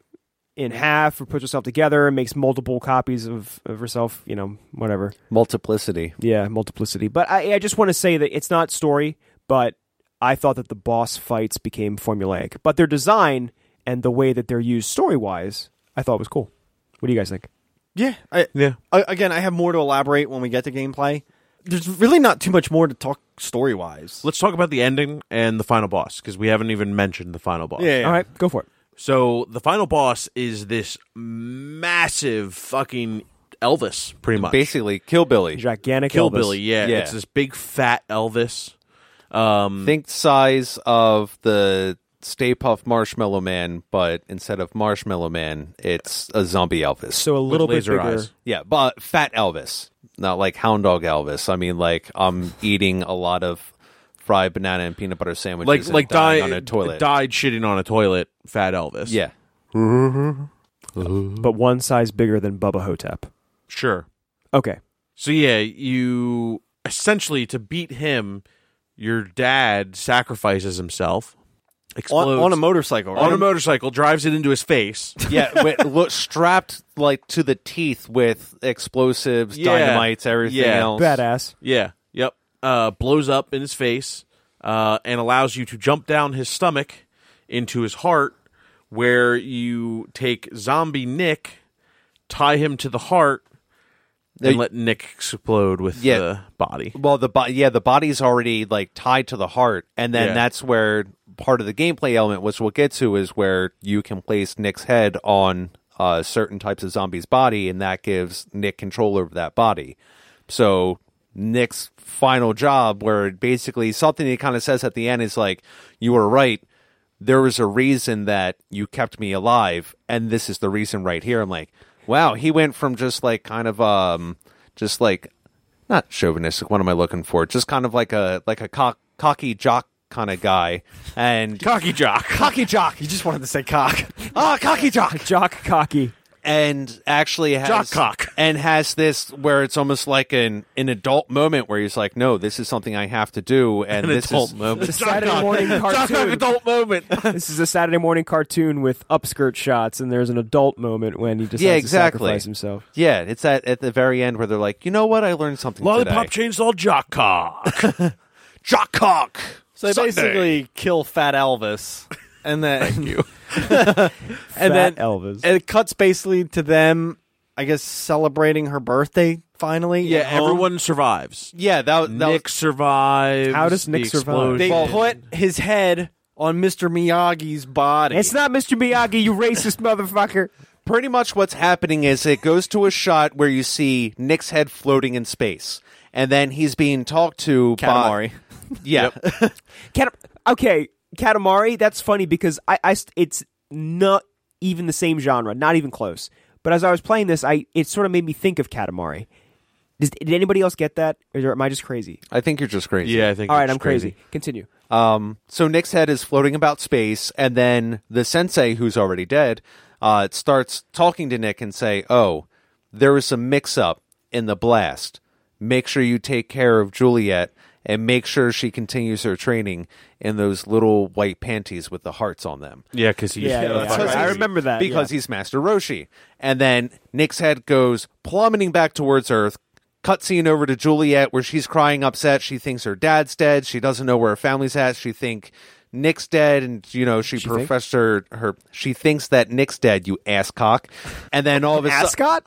in half or puts herself together and makes multiple copies of, of herself, you know, whatever.
Multiplicity.
Yeah, multiplicity. But I, I just want to say that it's not story, but I thought that the boss fights became formulaic. But their design and the way that they're used story wise, I thought was cool. What do you guys think?
Yeah. I,
Yeah.
I- again, I have more to elaborate when we get to gameplay. There's really not too much more to talk story wise.
Let's talk about the ending and the final boss because we haven't even mentioned the final boss.
Yeah.
All right, go for it.
So the final boss is this massive fucking Elvis, pretty much.
Basically, Kill Billy.
Gigantic
Kill
Elvis.
Billy, yeah.
Yeah.
It's this big fat Elvis. Um,
Mm. Think size of the Stay Puff Marshmallow Man, but instead of Marshmallow Man, it's a zombie Elvis.
So a little bit
laser
bigger.
eyes.
Yeah, but fat Elvis, not like hound dog Elvis. I mean, like I'm eating a lot of fried banana and peanut butter sandwiches,
like
and
like
dying
died
on a toilet.
died shitting on a toilet. Fat Elvis.
yeah,
but one size bigger than Bubba Hotep.
sure.
Okay.
So yeah, you essentially to beat him, your dad sacrifices himself,
On,
explodes
on a motorcycle. Right?
on a motorcycle, drives it into his face.
yeah, with, look, strapped like to the teeth with explosives,
Yeah.
dynamites, everything
Yeah.
else.
Badass.
Yeah. Yep. Uh, blows up in his face uh, and allows you to jump down his stomach into his heart, where you take zombie Nick, tie him to the heart, and
Uh,
let Nick explode with
Yeah.
the body.
Well, the bo- yeah, the body's already like tied to the heart, and then
Yeah.
that's where part of the gameplay element, which we'll get to, is where you can place Nick's head on uh, certain types of zombies' body, and that gives Nick control over that body. So Nick's final job, where it basically something he kind of says at the end is like, "You were right." There was a reason that you kept me alive, and this is the reason right here. I'm like, wow, he went from just like kind of um, just like not chauvinistic. What am I looking for? Just kind of like a like a cock, cocky jock kind of guy, and
Cocky jock.
cocky jock. You just wanted to say cock. Ah, cocky jock,
Jock cocky.
and actually has
Jock cock.
and has this where it's almost like an an adult moment where he's like, no, this is something I have to do, and this
adult
is
moment.
It's a Saturday morning cartoon.
adult moment.
This is a Saturday morning cartoon with upskirt shots, and there's an adult moment when he decides
Yeah, exactly.
to sacrifice himself.
yeah. It's at at the very end where they're like, you know what, I learned something.
Lollipop
today.
chainsaw jock cock. jock cock.
So they
Sunday.
basically kill Fat Elvis, and then and
Fat
then
Elvis.
and it cuts basically to them, I guess, celebrating her birthday finally.
Yeah,
at home.
everyone survives.
Yeah, that, that
Nick survives.
How does Nick
the
survive?
explosion.
They put his head on Mr. Miyagi's body.
It's not Mr. Miyagi, you racist motherfucker.
pretty much what's happening is it goes to a shot where you see Nick's head floating in space, and then he's being talked to
Katamari.
by yeah,
Cat- okay, Katamari. That's funny because I, I st- it's not even the same genre, not even close. But as I was playing this, I it sort of made me think of Katamari. Does, did anybody else get that, or am I just crazy?
I think you're just crazy.
Yeah, I think.
All right,
that's
I'm crazy. Continue.
Um, so Nick's head is floating about space, and then the sensei, who's already dead, uh, starts talking to Nick and say, "Oh, there was a mix-up in the blast. Make sure you take care of Juliet." And make sure she continues her training in those little white panties with the hearts on them.
Yeah, because he's.
yeah. Because I
he's-
remember that,
because he's Master Roshi. And then Nick's head goes plummeting back towards Earth. Cutscene over to Juliet, where she's crying upset. She thinks her dad's dead. She doesn't know where her family's at. She think Nick's dead, and you know she, professed her, her. She thinks that Nick's dead. You asscock. And then all of a sudden,
Ascot.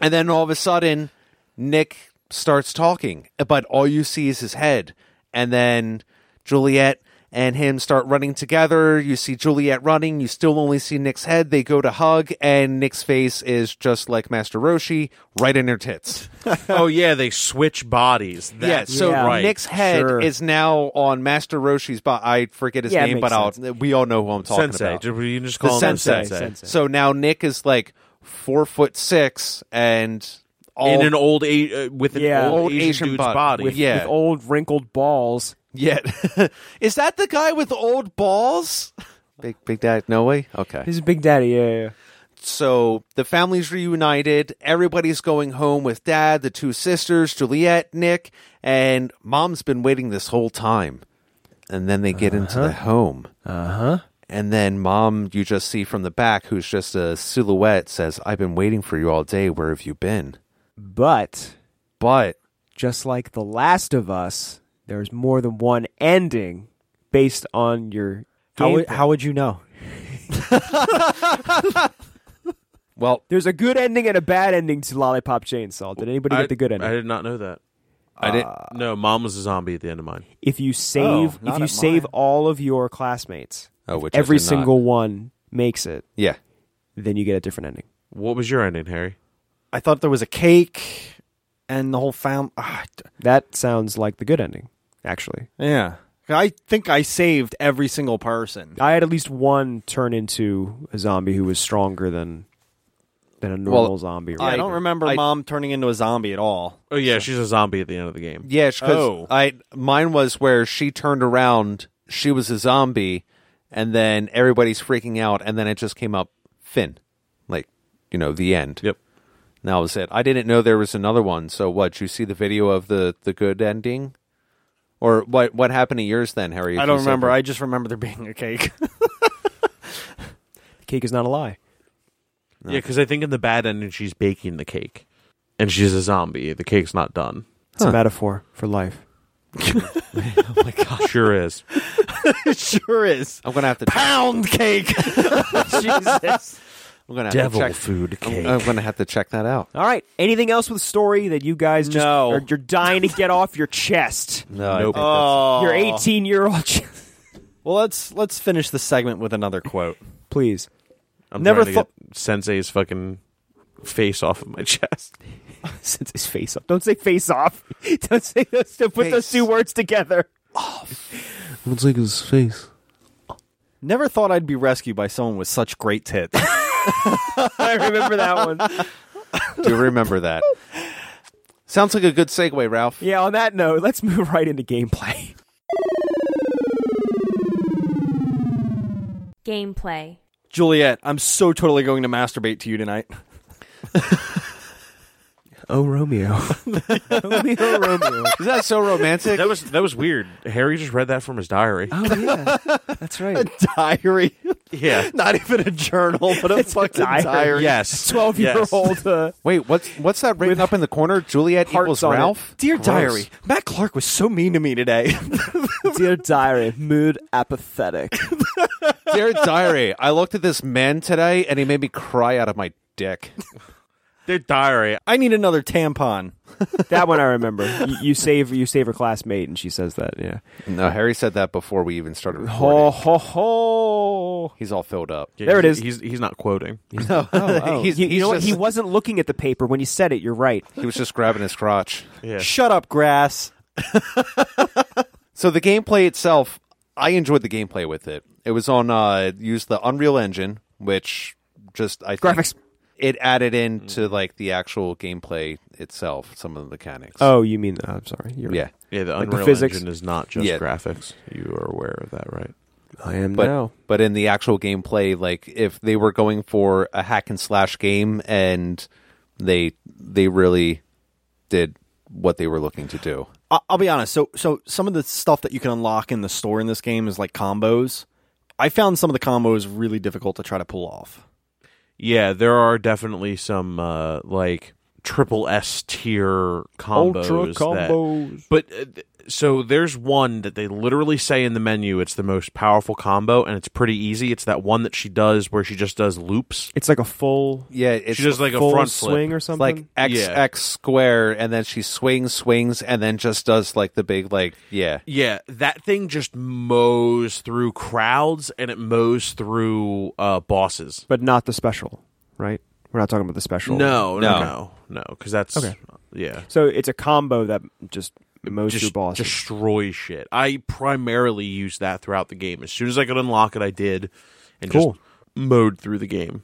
and then all of a sudden, Nick starts talking, but all you see is his head. And then Juliet and him start running together. You see Juliet running. You still only see Nick's head. They go to hug, and Nick's face is just like Master Roshi, right in her tits.
oh yeah, they switch bodies.
yeah.
That's
So
right.
Nick's head
sure.
is now on Master Roshi's body. I forget his
Yeah, it
name, but
makes
I'll, we all know who I'm talking
sensei.
about.
Ju- You can just
The
call him
sensei.
Sensei.
So now Nick is like four foot six and all
In an old a- uh, with an
Yeah.
old,
Old
Asian,
Asian
dude's
bod-
body.
with- Yeah.
With old wrinkled balls.
Yeah. Is that the guy with old balls? Big Big Dad, no way. Okay.
He's a big daddy. Yeah, yeah.
So the family's reunited. Everybody's going home with Dad, the two sisters, Juliet, Nick, and Mom's been waiting this whole time. And then they get into the home. Uh huh. And then Mom, you just see from the back, who's just a silhouette, says, "I've been waiting for you all day. Where have you been?"
But
But
just like The Last of Us, there's more than one ending based on your.
How would,
gameplay.
how would you know?
well,
There's a good ending and a bad ending to Lollipop Chainsaw. Did anybody
I,
get the good ending?
I did not know that.
I didn't.
No, mom was a zombie at the end of mine.
if you save
not
if you
at
save
mine.
all of your classmates,
Oh,
if
which I
every
did not.
single one makes it,
Yeah.
then you get a different ending.
What was your ending, Harry?
I thought there was a cake and the whole fam. ah, d-
That sounds like the good ending, actually.
yeah. I think I saved every single person.
I had at least one turn into a zombie who was stronger than than a normal
Well,
zombie.
I
right?
don't remember mom turning into a zombie at all.
Oh yeah, she's a zombie at the end of the game.
Yeah, because
Oh.
I mine was where she turned around, she was a zombie, and then everybody's freaking out, and then it just came up Finn, like you know the end.
Yep.
And That was it. I didn't know there was another one. So what? You see the video of the the good ending, or what? What happened to yours then, Harry? if
I don't
you said
remember.
that?
I just remember there being a cake.
Cake is not a lie.
Yeah, because I think in the bad ending she's baking the cake, and she's a zombie. The cake's not done.
It's a metaphor for life.
Oh sure is.
it sure is.
I'm gonna have to. Check,
Pound cake. Jesus.
I'm gonna have
Devil
to check.
food cake.
I'm gonna have to check that out.
All right. Anything else with story that you guys just
No.
are, you're dying to get off your chest?
No,
Nope.
Oh.
Your 18 year old. chest.
Well, let's let's finish the segment with another quote.
Please.
I'm
never
never thought
thought-
Sensei's fucking face off of my chest.
Since his face off. Don't say face off. Don't say those. Don't put those
Face.
two words together.
Looks like his face.
Never thought I'd be rescued by someone with such great tits.
I remember that one.
do remember that. Sounds like a good segue, Ralph.
Yeah. On that note, let's move right into gameplay.
Gameplay.
Juliet, I'm so totally going to masturbate to you tonight.
Oh Romeo. Romeo Romeo.
Is that so romantic?
That was that was weird. Harry just read that from his diary.
Oh yeah. That's right.
Diary.
yeah.
Not even a journal, but a fucking diary.
Yes.
12 year old. Uh,
Wait, what's what's that written up in the corner? Juliet equals
hearts on it.
Ralph.
Dear
Gross.
diary, Matt Clark was so mean to me today.
Dear diary, mood apathetic.
Dear diary, I looked at this man today and he made me cry out of my dick.
Their diary.
I need another tampon.
that one I remember. You, you save you save her classmate, and she says that. Yeah.
No, Harry said that before we even
Oh.
started recording.
Ho ho ho.
He's all filled up.
Yeah,
There it
he's-
is.
He's he's not quoting. He's
Oh,
He's-
you, you
he's
know what?
just-
He wasn't looking at the paper when he said it. You're right.
He was just grabbing his crotch.
yeah.
Shut up, grass.
So the gameplay itself, I enjoyed the gameplay with it. It was on uh used the Unreal Engine, which just I think
Graphics.
it added into like the actual gameplay itself, some of the mechanics.
Oh, you mean? I'm sorry. You're
yeah.
Yeah, the
Like the
Unreal
physics.
Engine is not just
Yeah.
graphics. You are aware of that, right?
I am
But
now.
but in the actual gameplay, like if they were going for a hack and slash game and they they really did what they were looking to do.
I- I'll be honest. So, so some of the stuff that you can unlock in the store in this game is like combos. I found some of the combos really difficult to try to pull off.
Yeah, there are definitely some uh, like triple S tier combos. that- but uh, th- so there's one that they literally say in the menu. It's the most powerful combo, and it's pretty easy. It's that one that she does where she just does loops.
It's like a full.
Yeah, it's
she does like a
full
front
swing
flip.
or something.
like X
Yeah.
X square, and then she swings, swings, and then just does like the big like yeah.
Yeah, that thing just mows through crowds and it mows through uh, bosses.
but not the special, right? We're not talking about the special.
No,
No.
no, no, no, because that's
Okay.
Yeah,
So it's a combo that just mows through
just
bosses.
destroy shit. I primarily used that throughout the game. As soon as I could unlock it, I did, and
Cool.
just mowed through the game.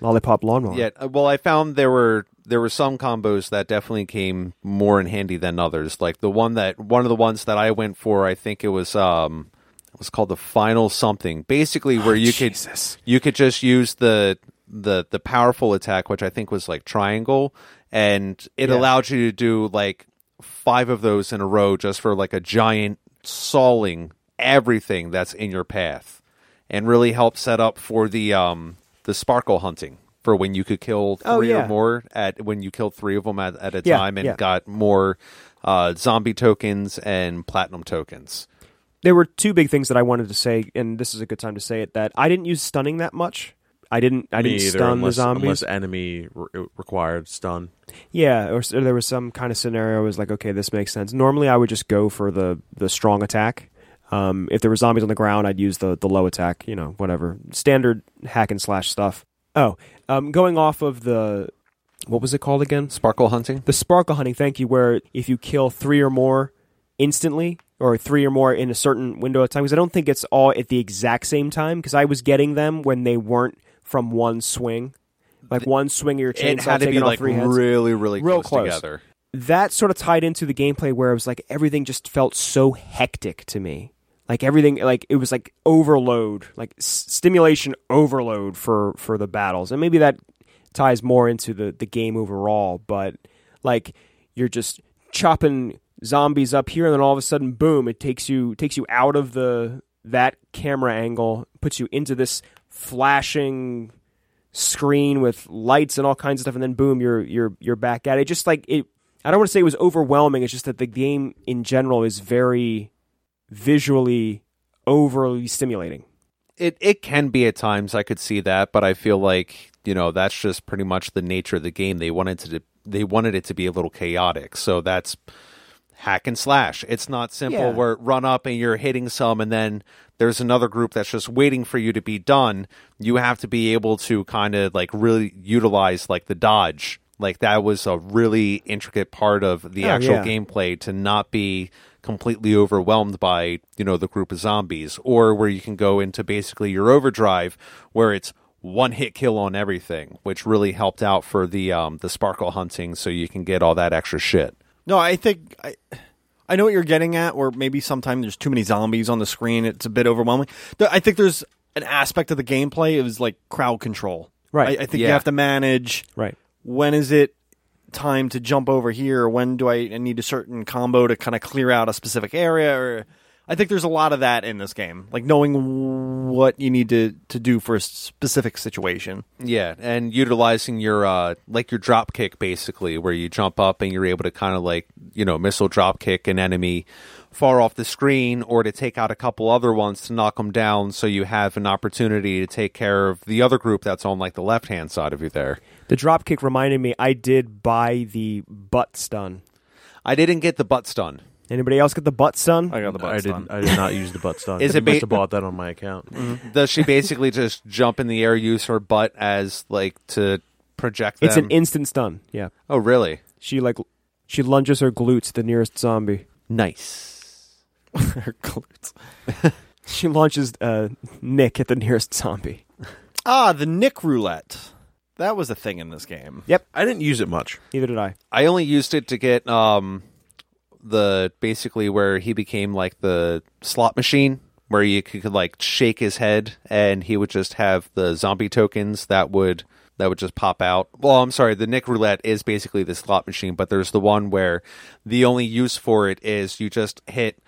Lollipop lawnmower.
Yeah, uh, well, I found there were there were some combos that definitely came more in handy than others. Like the one that one of the ones that I went for, I think it was um it was called the final something. Basically, where you could you could just use the the the powerful attack, which I think was like triangle, and it allowed you to do like five of those in a row just for like a giant sawing everything that's in your path and really help set up for the um the sparkle hunting for when you could kill three
Oh, yeah.
or more at when you killed three of them at, at a
Yeah,
time and
yeah.
got more uh, zombie tokens and platinum tokens
There were two big things that I wanted to say, and this is a good time to say it. That I didn't use stunning that much. I didn't. I
Me
didn't
either,
stun
unless,
the zombies.
unless enemy re- uh, required stun.
Yeah, or, s- or there was some kind of scenario. I was like, okay, this makes sense. Normally, I would just go for the the strong attack. Um, if there were zombies on the ground, I'd use the the low attack. You know, whatever standard hack and slash stuff. Oh, um, going off of the what was it called again?
sparkle hunting
The sparkle hunting. Thank you. Where if you kill three or more instantly, or three or more in a certain window of time, because I don't think it's all at the exact same time. Because I was getting them when they weren't from one swing, like one swing of your chainsaw
it had to
taking
be
off
like
three heads
really really
Real
close,
close.
together
that sort of tied into the gameplay where it was like everything just felt so hectic to me. Like everything, like it was like overload, like s- stimulation overload for for the battles, and maybe that ties more into the the game overall. But like you're just chopping zombies up here, and then all of a sudden, boom! It takes you takes you out of the that camera angle, puts you into this flashing screen with lights and all kinds of stuff, and then boom, you're you're you're back at it. Just like it, I don't want to say it was overwhelming. It's just that the game in general is very visually overly stimulating.
it it can be at times I could see that, but I feel like you know that's just pretty much the nature of the game. They wanted to they wanted it to be a little chaotic, so that's hack and slash. It's not simple
Yeah.
where run up and you're hitting some, and then there's another group that's just waiting for you to be done. You have to be able to kind of like really utilize like the dodge. Like that was a really intricate part of the
Oh,
actual
yeah.
game gameplay to not be completely overwhelmed by you know the group of zombies or where you can go into basically your overdrive where it's one hit kill on everything which really helped out for the um the sparkle hunting so you can get all that extra shit
No, I think I, I know what you're getting at. Or maybe sometimes there's too many zombies on the screen. It's a bit overwhelming. Th- I think there's an aspect of the gameplay. It was like crowd control.
Right.
I, I think you
Yeah.
have to manage.
Right.
When is it time to jump over here? When do I I need a certain combo to kind of clear out a specific area? Or I think there's a lot of that in this game, like knowing what you need to to do for a specific situation.
yeah and utilizing your uh like your drop kick basically where you jump up and you're able to kind of like you know missile drop kick an enemy far off the screen or to take out a couple other ones to knock them down so you have an opportunity to take care of the other group that's on like the left hand side of you there
The dropkick reminded me I did buy the butt stun.
I didn't get the butt stun.
Anybody else get the butt stun?
I got the
I
butt
didn't.
stun.
I did not use the butt stun.
Is
I
it ba-
must have bought that on my account?
Mm-hmm.
Does she basically just jump in the air, use her butt as like to project them?
It's an instant stun. Yeah.
oh, really?
She like she lunges her glutes at the nearest zombie.
Nice.
her glutes. she launches uh, Nick at the nearest zombie.
Ah, the Nick roulette. That was a thing in this game.
I didn't use it much.
Neither did I.
I only used it to get um the basically where he became like the slot machine where you could, could like shake his head and he would just have the zombie tokens that would that would just pop out. Well, I'm sorry, the Nick roulette is basically the slot machine, but there's the one where the only use for it is you just hit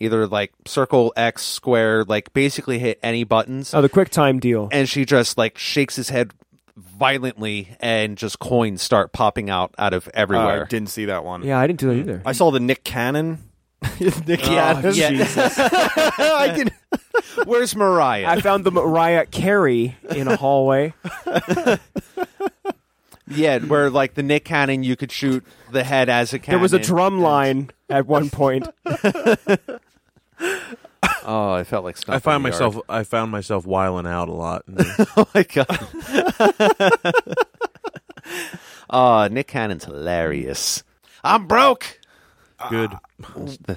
either like circle X square, like basically hit any buttons
Oh, the quick time deal.
and she just like shakes his head violently and just coins start popping out out of
Uh,
everywhere.
didn't see that one.
yeah, I didn't do that either.
I saw the Nick Cannon. Nick
Oh,
Cannon.
I did. Where's Mariah?
Uh, I found the Mariah Carey in a hallway.
yeah, where like the Nick Cannon, you could shoot the head as
There
a cannon.
was a drum line at one point.
Oh, I felt like Snuff
I found
in the
myself.
Yard.
I found myself whiling out a lot. And
Oh my god.
Ah,
oh, Nick Cannon's hilarious. I'm broke.
good.
Uh,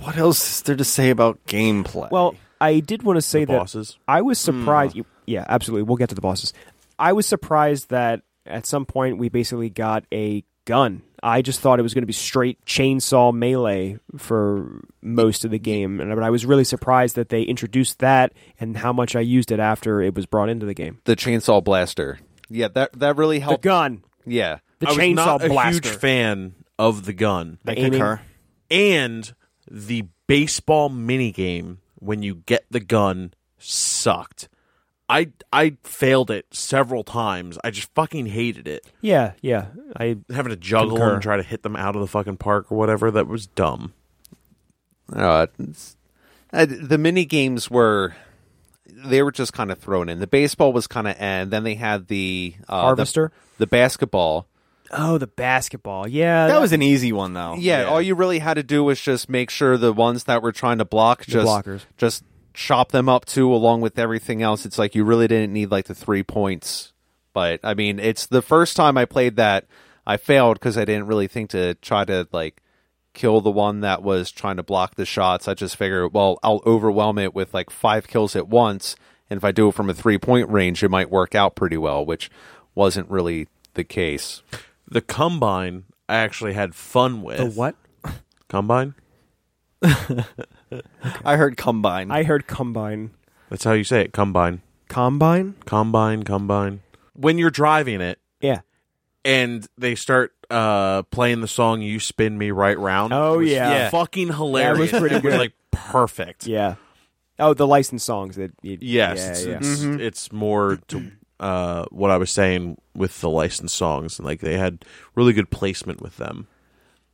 What else is there to say about gameplay?
Well, I did want to say that
bosses.
I was surprised. Yeah, absolutely. We'll get to the bosses. I was surprised that at some point we basically got a gun. I just thought it was going to be straight chainsaw melee for most of the game, and but I was really surprised that they introduced that and how much I used it after it was brought into the game.
The chainsaw blaster. Yeah, that that really
The
helped.
gun,
yeah.
the
I was
chainsaw
not a
blaster.
huge fan of the gun
I
aiming-
concur.
and the baseball mini game when you get the gun sucked. I I failed it several times. I just fucking hated it.
yeah, yeah. I
Having to juggle
Concur.
and try to hit them out of the fucking park or whatever that was dumb.
Uh, it's- uh, the mini games were they were just kind of thrown in. The baseball was kind of and then they had the uh, the-
harvester.
the, basketball.
oh, the basketball. Yeah,
that was an easy one though.
Yeah, all you really had to do was just make sure the ones that were trying to block just
blockers.
just chop them up too, along with everything else. It's like you really didn't need like the three points. But I mean, it's the first time I played that I failed because I didn't really think to try to like kill the one that was trying to block the shots. I just figured, well, I'll overwhelm it with like five kills at once, and if I do it from a three point range, it might work out pretty well, which wasn't really the case.
The combine I actually had fun with.
the what?
Combine?
I heard combine.
I heard combine.
That's how you say it. Combine.
Combine?
Combine, combine. When you're driving it
Yeah.
and they start uh playing the song You Spin Me Right Round.
Oh,
it was
yeah. Yeah.
Fucking hilarious.
pretty
it was
good.
like perfect.
Yeah. Oh, the licensed songs that. You,
Yes,
Yeah,
it's,
yeah.
It's, it's more to uh, what I was saying with the licensed songs, and like they had really good placement with them.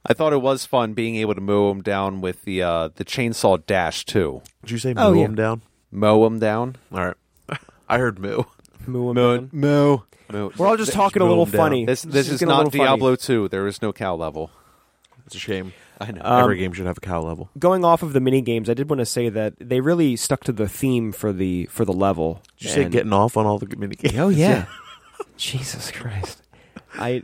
I thought it was fun being able to mow them down with the uh, the chainsaw dash too.
Did you say
Oh,
mow
yeah.
them down?
Mow them down.
All right, I heard moo.
Moo and Moon.
Mow.
We're all just talking a
Moon
little
down.
funny.
This this is
getting a
not
little funny.
Diablo two. There is no cow level.
It's a shame.
I know.
Every game should have a cow level.
Going off of the mini games, I did want to say that they really stuck to the theme for the for the level.
Did you say
And-
getting off on all the mini games?
Oh yeah. Jesus Christ. I.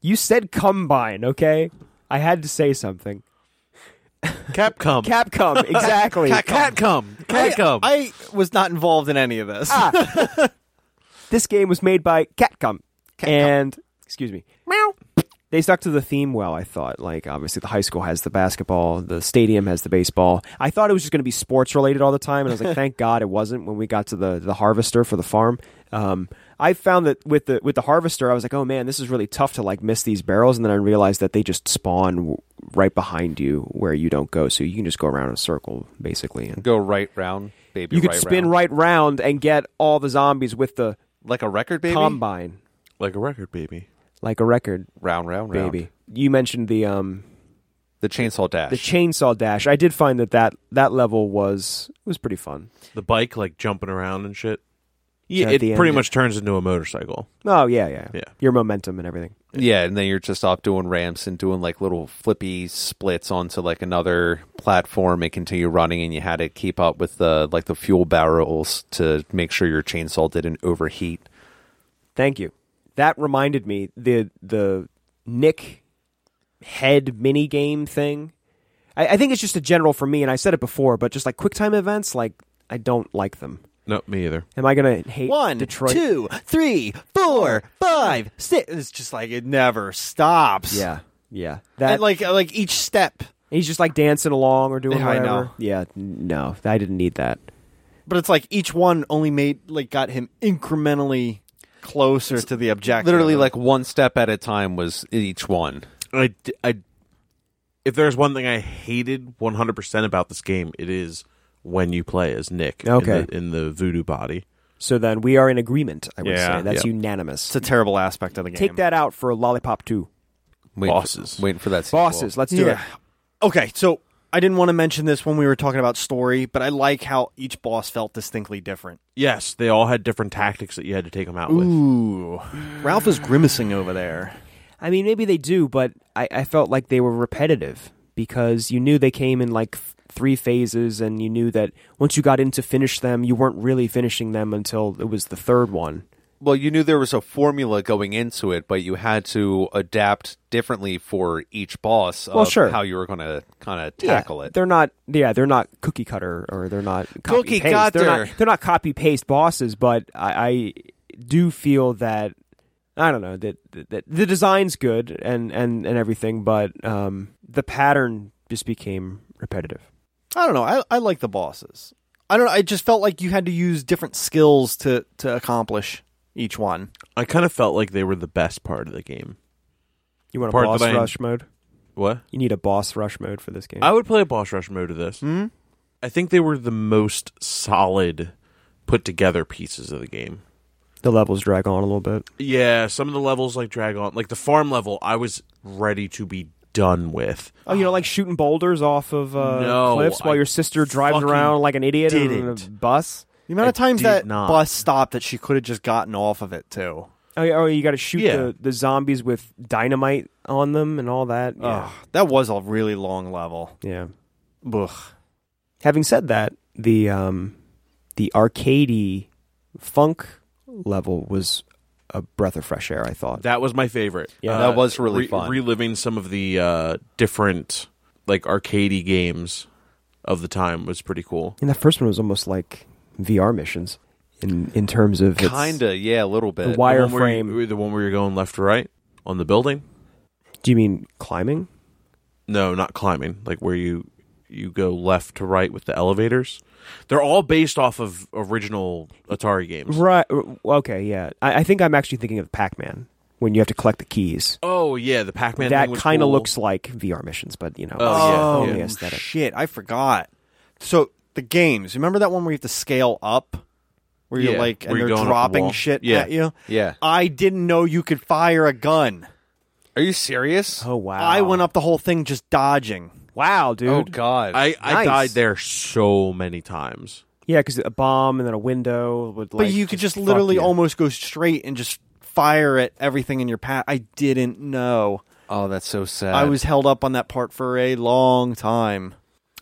You said combine, okay? I had to say something.
Capcom.
Capcom, exactly.
Catcom. Catcom.
I was not involved in any of this.
this game was made by Catcom, and excuse me, They stuck to the theme well. I thought, like obviously the high school has the basketball, the stadium has the baseball. I thought it was just going to be sports related all the time, and I was like, thank God it wasn't. When we got to the the harvester for the farm, um, I found that with the with the harvester, I was like, oh man, this is really tough to like miss these barrels, and then I realized that they just spawn w- right behind you where you don't go, so you can just go around in a circle basically. And
Go right round, baby.
you could
right
spin
round.
right round and get all the zombies with the
like a record, baby.
combine
like a record, baby.
like a record
round, round, round.
baby you mentioned the um
The chainsaw dash.
the chainsaw dash i did find that that that level was was pretty fun
The bike, like jumping around and shit. Yeah,
at
it
the end
pretty
it-
much turns into a motorcycle.
Oh yeah, yeah,
Yeah.
Your momentum and everything.
Yeah, and then you're just off doing ramps and doing like little flippy splits onto like another platform and continue running, and you had to keep up with the like the fuel barrels to make sure your chainsaw didn't overheat.
Thank you. That reminded me the the Nick head mini game thing. I, I think it's just a general for me, and I said it before, but just like QuickTime events, like I don't like them.
No, me either.
Am I gonna hate
One,
Detroit?
two, three, four, five, six. It's just like it never stops.
Yeah, yeah.
and
That
like uh, like each step,
he's just like dancing along or doing
Yeah, I
whatever.
know.
Yeah, no, I didn't need that.
but it's like each one only made like got him incrementally closer to the objective.
Literally, like one step at a time was each one.
I, d- I- if there's one thing I hated 100% about this game, it is when you play as Nick in
Okay.
the- in the, voodoo body.
So then we are in agreement. I would
Yeah,
say that's
yeah.
unanimous.
it's a terrible aspect of the game.
Take that out for Lollipop Two.
Waiting for-
Bosses.
waiting for that. sequel.
Bosses, let's do it.
Okay, so I didn't want to mention this when we were talking about story, but I like how each boss felt distinctly different.
Yes, they all had different tactics that you had to take them out with.
Ooh. Ralph is grimacing over there.
I mean, maybe they do, but I, I felt like they were repetitive because you knew they came in like th- three phases, and you knew that once you got in to finish them, you weren't really finishing them until it was the third one.
Well, you knew there was a formula going into it, but you had to adapt differently for each boss. Of
Well, sure.
How you were going to kind of tackle it.
They're not, yeah, they're not cookie cutter or they're not copy
Cookie
paste. They're
cutter.
not, they're not copy paste bosses, but I, I do feel that I don't know that, that, that the design's good and and and everything, but um, the pattern just became repetitive.
I don't know. I, I like the bosses. I don't know. I just felt like you had to use different skills to, to accomplish each one.
I kind of felt like they were the best part of the game.
You want a
Part
boss
that I-
rush mode?
What?
You need a boss rush mode for this game.
I would play a boss rush mode of this.
Hmm?
I think they were the most solid put together pieces of the game.
the levels drag on a little bit.
Yeah, some of the levels like drag on, like the farm level, I was ready to be done with.
Oh, you know, like shooting boulders off of uh,
No,
cliffs while
I
your sister drives
fucking
around like an idiot in a
didn't.
bus.
The amount of
I
times
did
that
not.
bus stopped that she could have just gotten off of it, too.
Oh, yeah, oh you got to shoot
Yeah.
the, the zombies with dynamite on them and all that. Yeah.
Ugh, Ah, that was a really long level.
yeah.
Ugh.
Having said that, the um, the arcadey funk level was a breath of fresh air. I thought.
That was my favorite. Uh,
Yeah,
that was really fun.
Reliving some of the uh, different like arcadey games of the time was pretty cool.
and that first one was almost like VR missions in in terms of its-
Kinda, yeah, a little
the
bit.
The one where you-
wireframe.
the one where you're going left to right on the building.
Do you mean climbing?
No, not climbing. Like where you you go left to right with the elevators. They're all based off of original Atari games.
Right. w- Okay. Yeah. I, I think I'm actually thinking of Pac Man when you have to collect the keys.
Oh yeah, the Pac-Man.
that
thing was
kind of
cool.
looks like VR missions, but you know.
Oh,
Oh,
yeah, yeah.
the aesthetic.
shit. I forgot. So the games, remember that one where you have to scale up? Where you're
Yeah,
like, and
where you're
they're
going up the
dropping
wall.
shit
Yeah.
at you?
Yeah.
I didn't know you could fire a gun.
Are you serious?
Oh wow.
I went up the whole thing just dodging.
Wow, dude.
Oh God!
I, I
Nice.
died there so many times.
Yeah, because a bomb and then a window would.
But
like,
you could just
fuck
literally
you.
almost go straight and just fire at everything in your path. I didn't know.
oh, that's so sad.
I was held up on that part for a long time.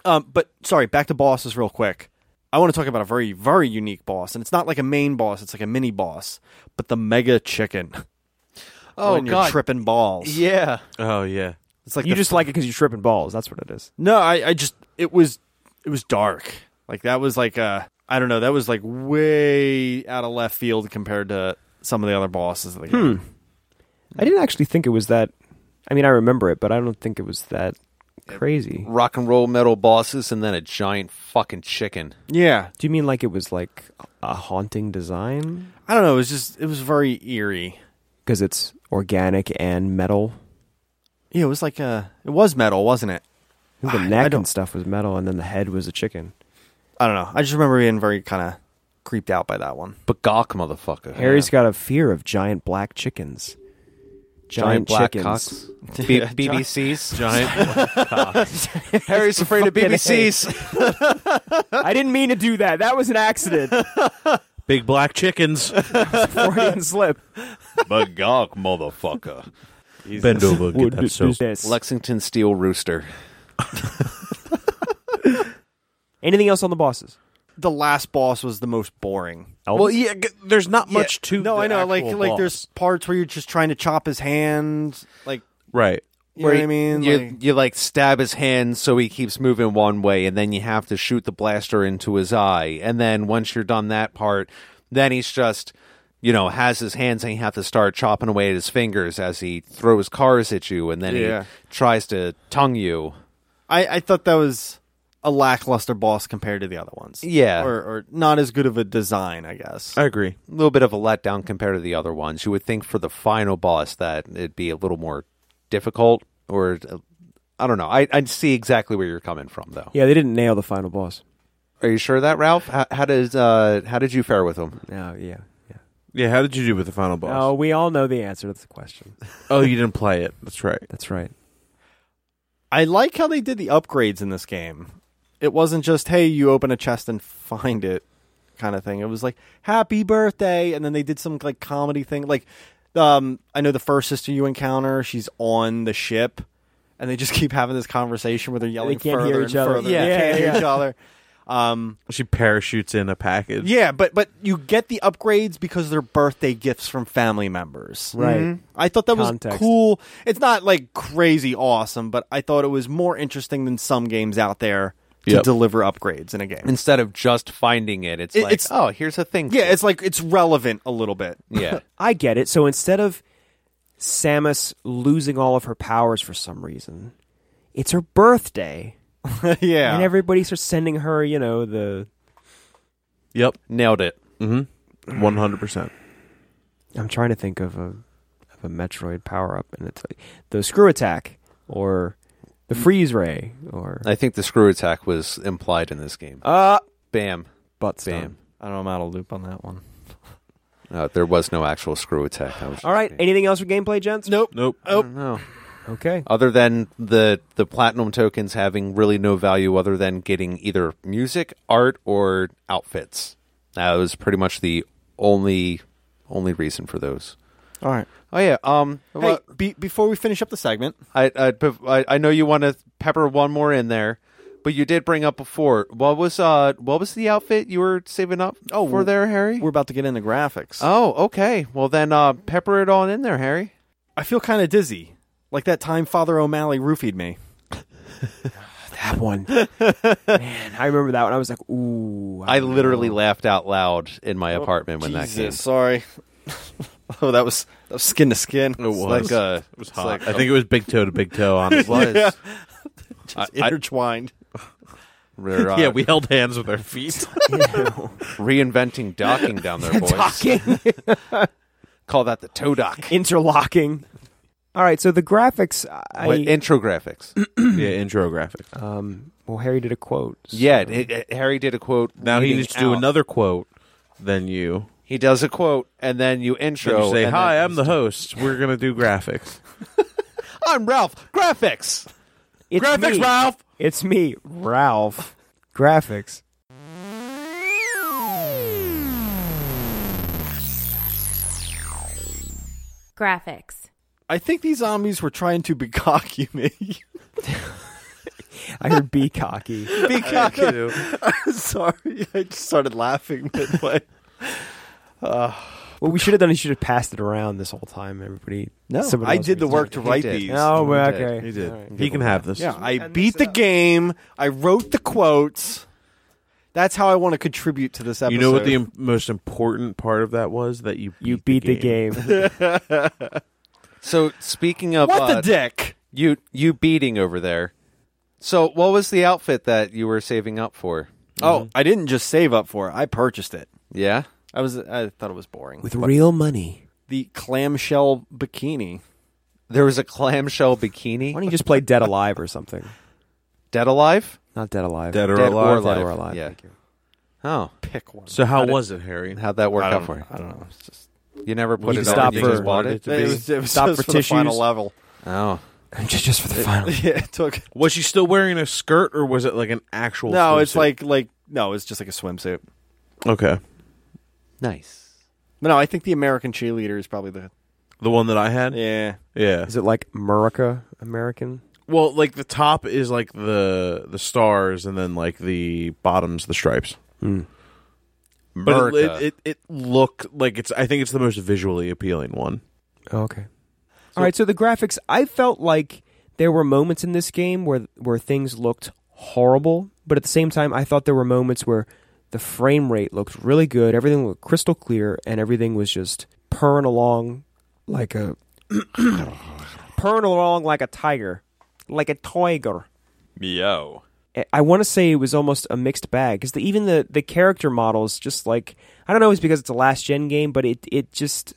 Um, but sorry, back to bosses real quick. I want to talk about a very, very unique boss, and it's not like a main boss; it's like a mini boss. But the mega chicken.
Oh,
when you're
God.
tripping balls.
Yeah.
Oh yeah.
it's like
You
the-
just like it because you're tripping balls. That's what it is.
no. I, I just it was it was dark. Like that was like uh I don't know. That was like way out of left field compared to some of the other bosses. Of the game.
I didn't actually think it was that. I mean, I remember it, but I don't think it was that crazy.
Rock and roll metal bosses, and then a giant fucking chicken.
Yeah,
Do you mean like it was like a haunting design
I don't know. It was just it was very eerie.
because it's organic and metal?
Yeah, it was like uh it was metal, wasn't it?
I think
I- I
the neck
don't-
and stuff was metal, and then the head was a chicken.
I don't know. I just remember being very kind of creeped out by that one.
But gawk,
Oh,
motherfucker.
Harry's got a fear of giant black chickens. Giant,
giant, black
chickens.
cocks. B- BBCs.
Giant.
Harry's afraid of BBCs.
I didn't mean to do that. That was an accident.
Big black chickens.
Freudian slip.
Bagok, motherfucker.
Bend over, get that soap.
Business.
Lexington Steel Rooster.
Anything else on the bosses?
The last boss was the most boring.
Well, yeah, g- there's not much
Yeah.
to.
No,
the
I know. Like,
actual
like
boss.
there's parts where you're just trying to chop his hand. Like,
right.
you know what I mean?
You,
Like-
you like stab his hand so he keeps moving one way, and then you have to shoot the blaster into his eye. And then once you're done that part, then he's just, you know, has his hands and you have to start chopping away at his fingers as he throws cars at you, and then
Yeah.
he tries to tongue you.
I, I thought that was a lackluster boss compared to the other ones.
Yeah.
Or, or not as good of a design, I guess.
I agree.
A little bit of a letdown compared to the other ones. You would think for the final boss that it'd be a little more difficult, or uh, I don't know. I, I see exactly where you're coming from, though.
Yeah, they didn't nail the final boss.
Are you sure of that Ralph? How, how does uh, how did you fare with him?
No, Oh, yeah. yeah.
Yeah, how did you do with the final boss?
Oh, we all know the answer to the question.
Oh, you didn't play it. That's right.
That's right.
I like how they did the upgrades in this game. It wasn't just, hey, you open a chest and find it kind of thing. It was like, happy birthday. And then they did some like comedy thing. Like, um, I know the first sister you encounter, she's on the ship and they just keep having this conversation where they're yelling
can't
further
hear
and
each other.
further.
Yeah,
they can't
yeah,
hear each
yeah.
other. Um,
She parachutes in a package.
yeah, but but you get the upgrades because they're birthday gifts from family members. Mm-hmm.
Right.
I thought that was
Context.
cool. It's not like crazy awesome, but I thought it was more interesting than some games out there to
Yep.
deliver upgrades in a game.
Instead of just finding it, it's
It-
like
it's-
oh, here's a thing.
yeah, it's like it's relevant a little bit.
yeah.
I get it. So instead of Samus losing all of her powers for some reason, it's her birthday.
yeah.
And everybody starts sending her, you know, the
Yep.
Nailed it.
Mm-hmm. One hundred percent.
I'm trying to think of a of a Metroid power up and it's like the screw attack or the freeze ray or
I think the screw attack was implied in this game.
uh
Bam,
butt
bam.
stomp.
I don't know, I'm out of loop on that one.
Uh, there was no actual screw attack. That was just
All right,
me.
anything else for gameplay, gents?
Nope.
Nope.
I don't know.
Okay.
Other than the the platinum tokens having really no value other than getting either music, art, or outfits. That was pretty much the only only reason for those.
All right.
Oh yeah. Um.
Hey, be, before we finish up the segment,
I, I bef- I I know you want to pepper one more in there, but you did bring up before. What was uh what was the outfit you were saving up
Oh,
for there, Harry?
we're about to get into graphics.
Uh,
Oh, okay. Well then uh pepper it on in there, Harry.
I feel kind of dizzy, like that time Father O'Malley roofied me.
Oh, That one. Man, I remember that one. I was like, ooh.
I
don't
literally
know.
laughed out loud in my apartment when that came.
Oh. Jesus, sorry. oh, that was that was skin to skin. It
was.
like uh,
It was
it's
hot.
like-
I think it was big toe to big toe. Honestly.
Was.
Yeah.
I- I-
intertwined.
we're, uh,
yeah, we held hands with our feet.
reinventing docking down there, boys.
Docking.
Call that the toe dock.
interlocking. All right, so the graphics. I,
What, intro graphics.
yeah, intro graphic.
um, well, Harry did a quote. so-
yeah, it- it- Harry did a quote.
Now he
reading
needs to do
out.
another quote. Then you,
He does a quote, and then you intro.
then you say,
and
"Hi,
then-
I'm the host. We're gonna do graphics."
I'm Ralph. Graphics.
it's me.
Ralph.
It's me, Ralph. graphics.
Graphics.
I think these zombies were trying to becock you, me.
I heard be cocky.
becock you. sorry, I just started laughing midway.
What we should have done is should have passed it around this whole time. Everybody. somebody
I
else
did the
was-
work to
He
write
did.
these.
Oh, well,
did.
okay. uh,
He did. He can have this.
Yeah, I beat the game. I wrote the quotes. That's how I want to contribute to this episode.
You know what the im- most important part of that was that you beat
You beat the game.
So speaking of
what
uh,
the dick?
you you beating over there. So what was the outfit that you were saving up for?
Oh, I didn't just save up for it. I purchased it.
Yeah.
I was I thought it was boring.
With real money.
the clamshell bikini.
There was a clamshell
Why
bikini.
don't you just play Dead Alive or something?
Dead alive?
Not Dead Alive.
Dead or
Dead
alive.
or alive.
Dead or Alive.
Yeah.
Thank you.
Oh.
Pick one.
So how was it, Harry?
How'd that work
I
out
don't,
for you?
I don't know. It's just
You never put
You
it
can stop
on you just
for-
bought it?
It was-
it was
Stop
just
for
for, the final
tissues. Oh.
level.
Oh.
Just, just for the final.
yeah, it took.
Was she still wearing a skirt or was it like an actual
No, it's
swimsuit?
like like no, it's just like a swimsuit.
Okay.
Nice.
But no, I think the American cheerleader is probably the
The one that I had?
yeah.
Yeah.
Is it like America American?
Well, like the top is like the the stars, and then like the bottom's the stripes.
Hmm.
But it, it, it it look like it's. I think it's the most visually appealing one.
Oh, okay. All right. So the graphics, I felt like there were moments in this game where where things looked horrible, but at the same time, I thought there were moments where the frame rate looked really good. Everything looked crystal clear, and everything was just purring along like a purring along like a tiger, like a tiger.
Meow.
I want to say it was almost a mixed bag because the, even the the character models just like I don't know, it's because it's a last gen game, but it it just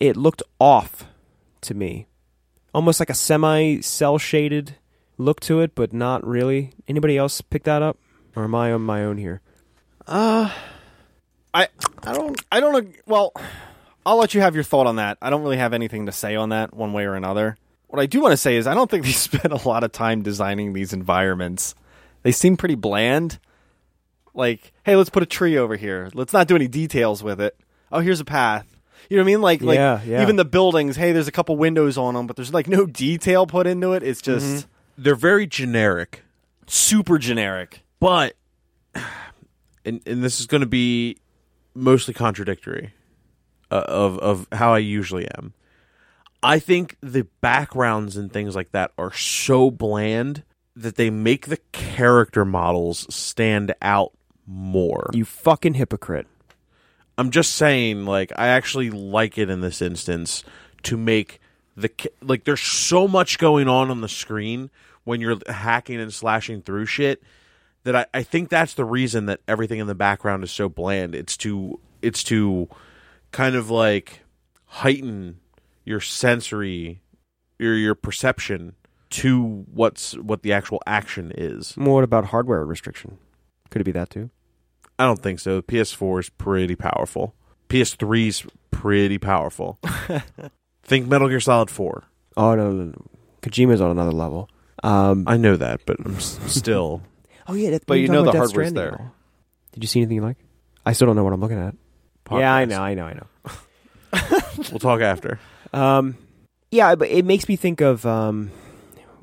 it looked off to me, almost like a semi cell shaded look to it, but not really. Anybody else pick that up, or am I on my own here?
Uh, I I don't I don't ag- well I'll let you have your thought on that. I don't really have anything to say on that one way or another. What I do want to say is I don't think they spent a lot of time designing these environments. They seem pretty bland. Like, hey, let's put a tree over here. Let's not do any details with it. Oh, here's a path. You know what I mean? Like like
Yeah, yeah.
even the buildings, hey, there's a couple windows on them, but there's like no detail put into it. It's just
They're very generic,
super generic.
but and and this is going to be mostly contradictory uh, of of how I usually am. I think the backgrounds and things like that are so bland that they make the character models stand out more.
You fucking hypocrite!
I'm just saying, like, I actually like it in this instance to make the ca- like. There's so much going on on the screen when you're hacking and slashing through shit that I, I think that's the reason that everything in the background is so bland. It's to it's to kind of like heighten your sensory your your perception to what's what the actual action is.
Well, What about hardware restriction? Could it be that too?
I don't think so. The PS4 is pretty powerful. PS3's pretty powerful. think Metal Gear Solid 4.
Oh no, no, no. Kojima's on another level. Um,
I know that, but I'm s- still.
oh yeah, that,
But
we
you
were talking
know the
about Death
hardware's
Stranding
there.
and all. Did you see anything you like? I still don't know what I'm looking at. Yeah, I know, I know, I know.
We'll talk after.
Um, yeah, but it makes me think of um,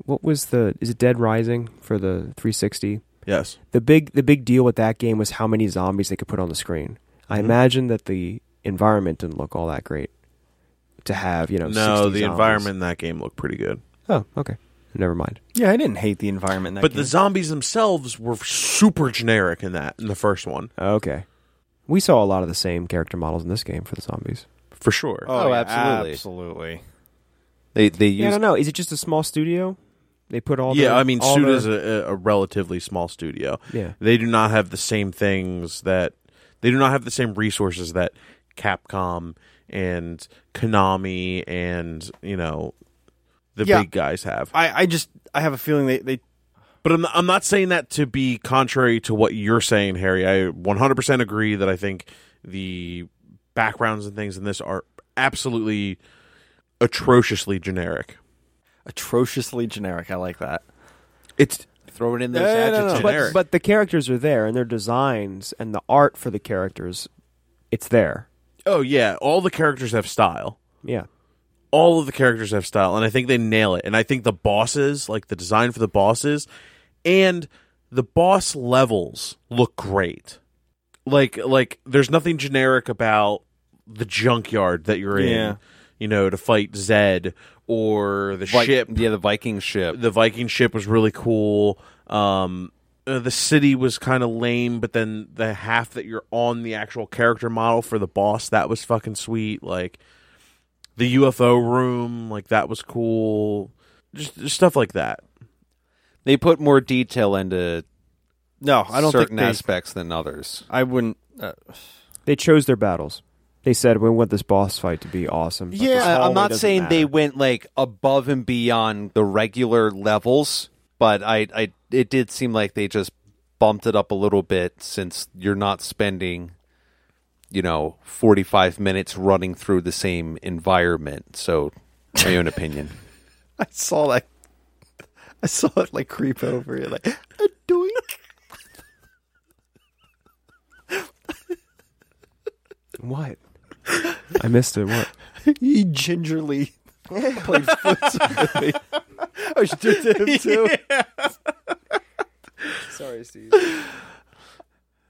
what was the is it Dead Rising for the 360?
Yes.
The big the big deal with that game was how many zombies they could put on the screen. I
Mm-hmm.
imagine that the environment didn't look all that great to have, you know.
No,
60
the
zombies.
environment in that game looked pretty good.
Oh, okay. Never mind.
Yeah, I didn't hate the environment. in That
But
game.
the zombies themselves were super generic in that in the first one,
Okay. We saw a lot of the same character models in this game for the zombies.
for sure.
oh,
Oh,
yeah,
absolutely.
absolutely.
They they
Yeah, I
use
don't know. Is it just a small studio? They put all.
yeah,
their-
I mean,
all
Suda's
their-
a, a relatively small studio.
Yeah.
They do not have the same things that they do not have the same resources that Capcom and Konami and you know the
Yeah.
big guys have.
I, I just I have a feeling they, they
But I'm I'm not saying that to be contrary to what you're saying, Harry. I 100% agree that I think the backgrounds and things in this are absolutely atrociously generic.
atrociously generic. I like that.
It's
throw it in those
No, no, no, no,
adjectives.
but, but the characters are there and their designs and the art for the characters it's there
oh yeah, all the characters have style.
yeah
all of the characters have style and i think they nail it and i think the bosses like the design for the bosses and the boss levels look great like like there's nothing generic about the junkyard that you're
Yeah.
in you know to fight zed or the
Vi-
ship
Yeah, the Viking ship.
the viking ship was really cool um uh, the city was kind of lame but then the half that you're on the actual character model for the boss that was fucking sweet like the ufo room like that was cool just, just stuff like that
They put more detail into
No, I don't
certain
think they,
aspects than others.
I wouldn't. Uh,
they chose their battles they said we want this boss fight to be awesome but this
I'm
hallway
not
doesn't
saying they
matter."
went like above and beyond the regular levels, but I, I it did seem like they just bumped it up a little bit since you're not spending you know 45 minutes running through the same environment. So my own opinion.
I saw that. I saw it like creep over it, like a doink.
What? I missed it. What?
He gingerly played foots with me. I should do to him too.
Sorry, Steve.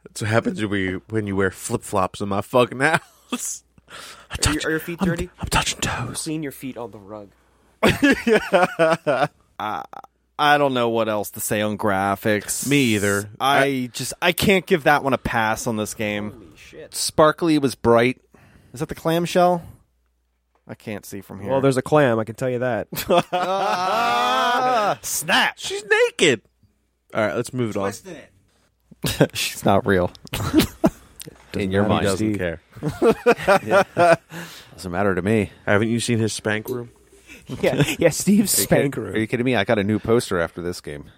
That's what happens when you when you wear flip flops in my fucking house. I
Are, your- are your feet
I'm-
dirty?
I'm touching toes.
Clean your feet on the rug.
I don't know what else to say on graphics.
Me either.
I, just I can't give that one a pass on this game.
Sparkly was bright.
Is that the clamshell? I can't see from here.
Well, there's a clam. I can tell you that.
snap.
She's naked. All right, let's move it on.
She's not real.
In your mind,
Steve.
care.
doesn't matter to me.
Haven't you seen his spank room?
yeah, yeah. Steve's
Are you kidding-
spank
Are you kidding me? I got a new poster after this game.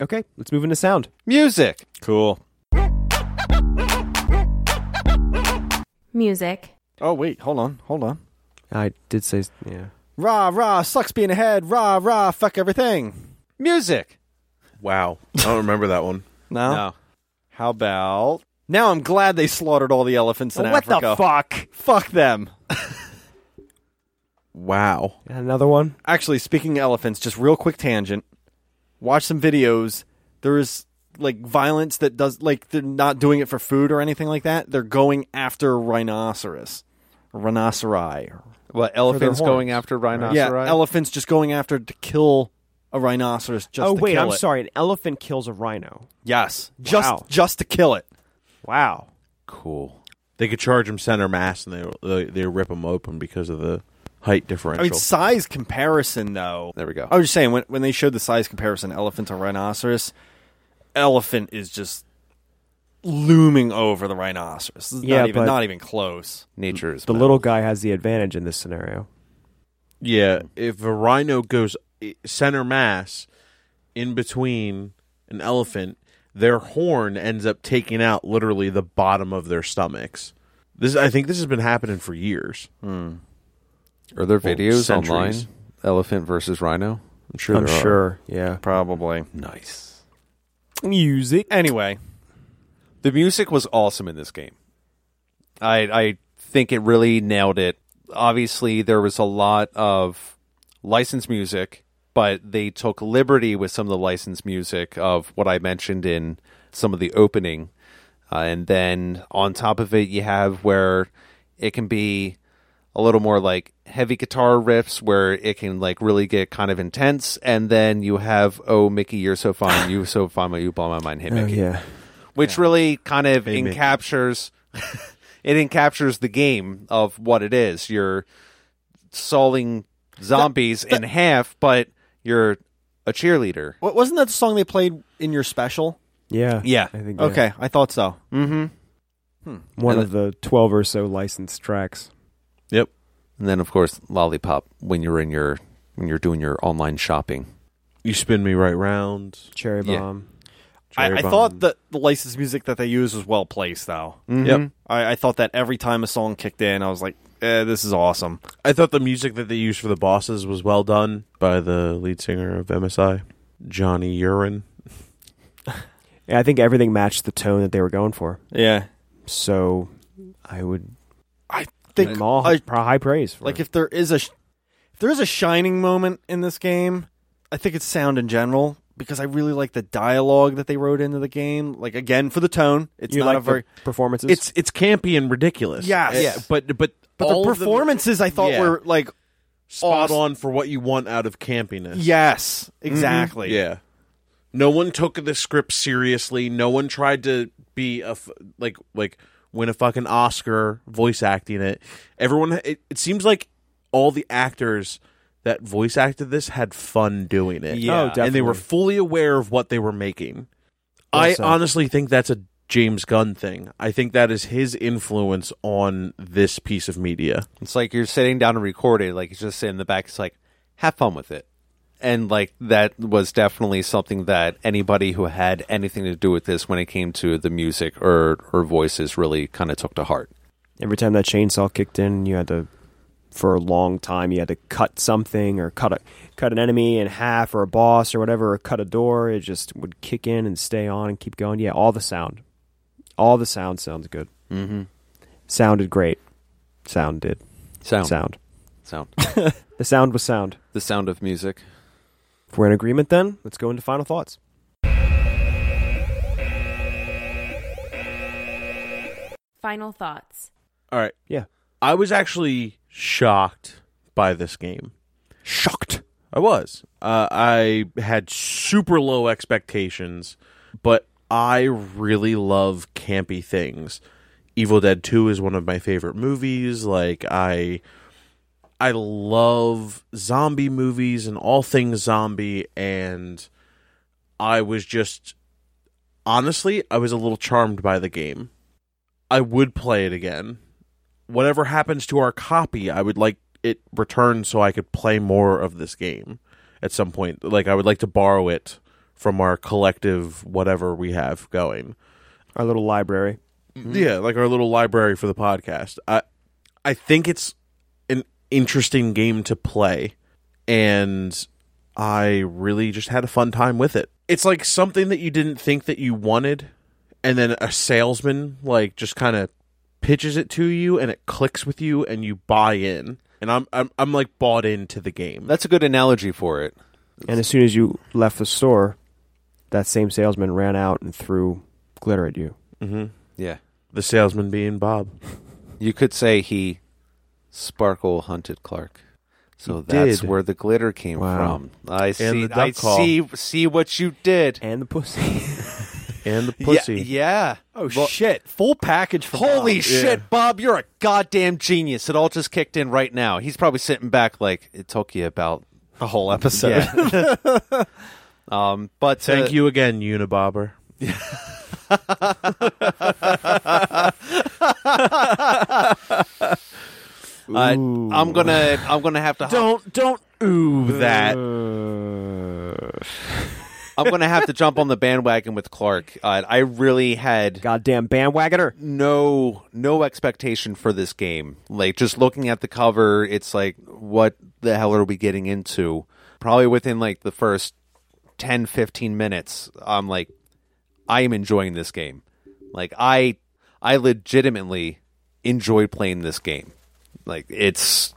Okay, let's move into sound.
Music.
Cool.
Music.
Oh wait, hold on, hold on.
I did say, yeah.
Rah rah, sucks being ahead. Rah rah, fuck everything. Music.
Wow, I don't remember that one.
No. How about now? I'm glad they slaughtered all the elephants in
What the
Africa. fuck? Fuck them.
Wow.
Another one.
Actually, speaking of elephants, just real quick tangent. Watch some videos. There is like violence that does like they're not doing it for food or anything like that. They're going after rhinoceros, rhinoceri.
What elephants
horns,
going after rhinoceros?
Yeah, elephants just going after to kill a rhinoceros. Just
oh
to
wait,
kill
I'm
it.
sorry. An elephant kills a rhino.
Yes, just
Wow.
just to kill it.
Wow.
Cool. They could charge him center mass, and they they, they rip him open because of the height
I
differential.
mean, size comparison though.
There we go.
I was just saying when when they showed the size comparison, elephant to rhinoceros, elephant is just looming over the rhinoceros. It's
Yeah,
not even
but-
not even close.
Nature is
The little guy has the advantage in this scenario.
yeah, if a rhino goes i- center mass in between an elephant, their horn ends up taking out literally the bottom of their stomachs. This I think this has been happening for years.
Are there videos online?
centuries.
Elephant versus rhino. I'm sure.
I'm
there Are.
sure. Yeah.
Probably.
Nice.
Music.
Anyway,
The music was awesome in this game. I I think it really nailed it. Obviously, there was a lot of licensed music, but they took liberty with some of the licensed music of what I mentioned in some of the opening. Uh, and then on top of it, you have where it can be a little more like heavy guitar riffs where it can like really get kind of intense. And then you have, oh, Mickey, you're so fine. You so fine, but you blow my mind. Hey,
Oh,
Mickey
yeah.
which really kind of
Hey, Mickey.
encaptures it encaptures the game of what it is. You're solving zombies in half, but you're a cheerleader.
what wasn't that the song they played in your special?
Yeah.
Yeah.
I think. yeah.
Okay, I thought so.
Mm-hmm.
One
And
of the twelve or so licensed tracks.
And then of course lollipop when you're in your when you're doing your online shopping.
You spin me right round.
Cherry
Yeah.
bomb.
I,
Cherry
I
bomb.
thought that the licensed music that they used was well placed, though.
Mm-hmm. Yep.
I, I thought that every time a song kicked in, I was like, eh, "This is awesome."
I thought the music that they used for the bosses was well done by the lead singer of MSI, Johnny Urine.
Yeah, I think everything matched the tone that they were going for.
Yeah,
So, I would
think
give them all
I-
pro- high praise. For it.
Like if there is a sh- if there is a shining moment in this game, I think it's sound in general because I really like the dialogue that they wrote into the game. Like again for the tone, it's
you
not
like
a very
the performances.
It's it's campy and ridiculous.
Yes.
Yeah, but but
but
all
the
of them
performances I thought
Yeah.
were like
spot
awesome.
on for what you want out of campiness.
yes,
Mm-hmm.
exactly.
Yeah. No one took the script seriously. No one tried to be a f- like like win a fucking Oscar voice acting it. Everyone it, it seems like all the actors that voice acted this had fun doing it.
Yeah.
oh, definitely.
And they were fully aware of what they were making. I
so.
honestly think that's a James Gunn thing. I think that is his influence on this piece of media.
It's like you're sitting down and recording, like it's just sitting in the back. It's like, have fun with it. And like that was definitely something that anybody who had anything to do with this when it came to the music or or voices really kind of took to heart.
every time that chainsaw kicked in, you had to for a long time you had to cut something or cut a cut an enemy in half or a boss or whatever or cut a door. It just would kick in and stay on and keep going. Yeah, all the sound, all the sound sounds good. Mm-hmm. Sounded great. Sound did.
Oh.
Sound.
Sound.
Sound.
The sound was sound.
The sound of music.
If we're in agreement, then let's go into final thoughts.
Final thoughts.
All right.
Yeah.
I was actually shocked by this game.
Shocked.
I was. Uh, I had super low expectations, but I really love campy things. Evil Dead 2 is one of my favorite movies. Like I I love zombie movies and all things zombie and I was just honestly, I was a little charmed by the game. I would play it again. Whatever happens to our copy, I would like it returned so I could play more of this game at some point. Like I would like to borrow it from our collective whatever we have going.
Our little library.
Mm-hmm. Yeah, like our little library for the podcast. I I think it's an interesting game to play and I really just had a fun time with it. It's like something that you didn't think that you wanted and then a salesman like just kind of pitches it to you and it clicks with you and you buy in. And I'm I'm I'm like bought into the game.
That's a good analogy for it.
And as soon as you left the store, that same salesman ran out and threw glitter at you.
mm-hmm.
Yeah.
The salesman being Bob.
You could say he sparkle hunted Clark. So
He
that's
did.
where the glitter came
Wow.
from. I see.
the duck
I
call.
see. See what you did.
And the pussy.
And the
Yeah,
pussy.
Yeah.
Oh shit! Full package. For
Holy
Bob.
shit, Bob! You're a goddamn genius. It all just kicked in right now. He's probably sitting back like it took you about
The whole episode.
Yeah. um, but
Thank you again, Unibobber.
you. Uh, I'm gonna. I'm gonna have to. Hop,
Don't don't ooh that.
I'm gonna have to jump on the bandwagon with Clark. Uh, I really had
Goddamn bandwagoner.
no no expectation for this game. Like just looking at the cover, it's like what the hell are we getting into? Probably within like the first 10 15 minutes, I'm like I am enjoying this game. Like I I legitimately enjoyed playing this game. Like it's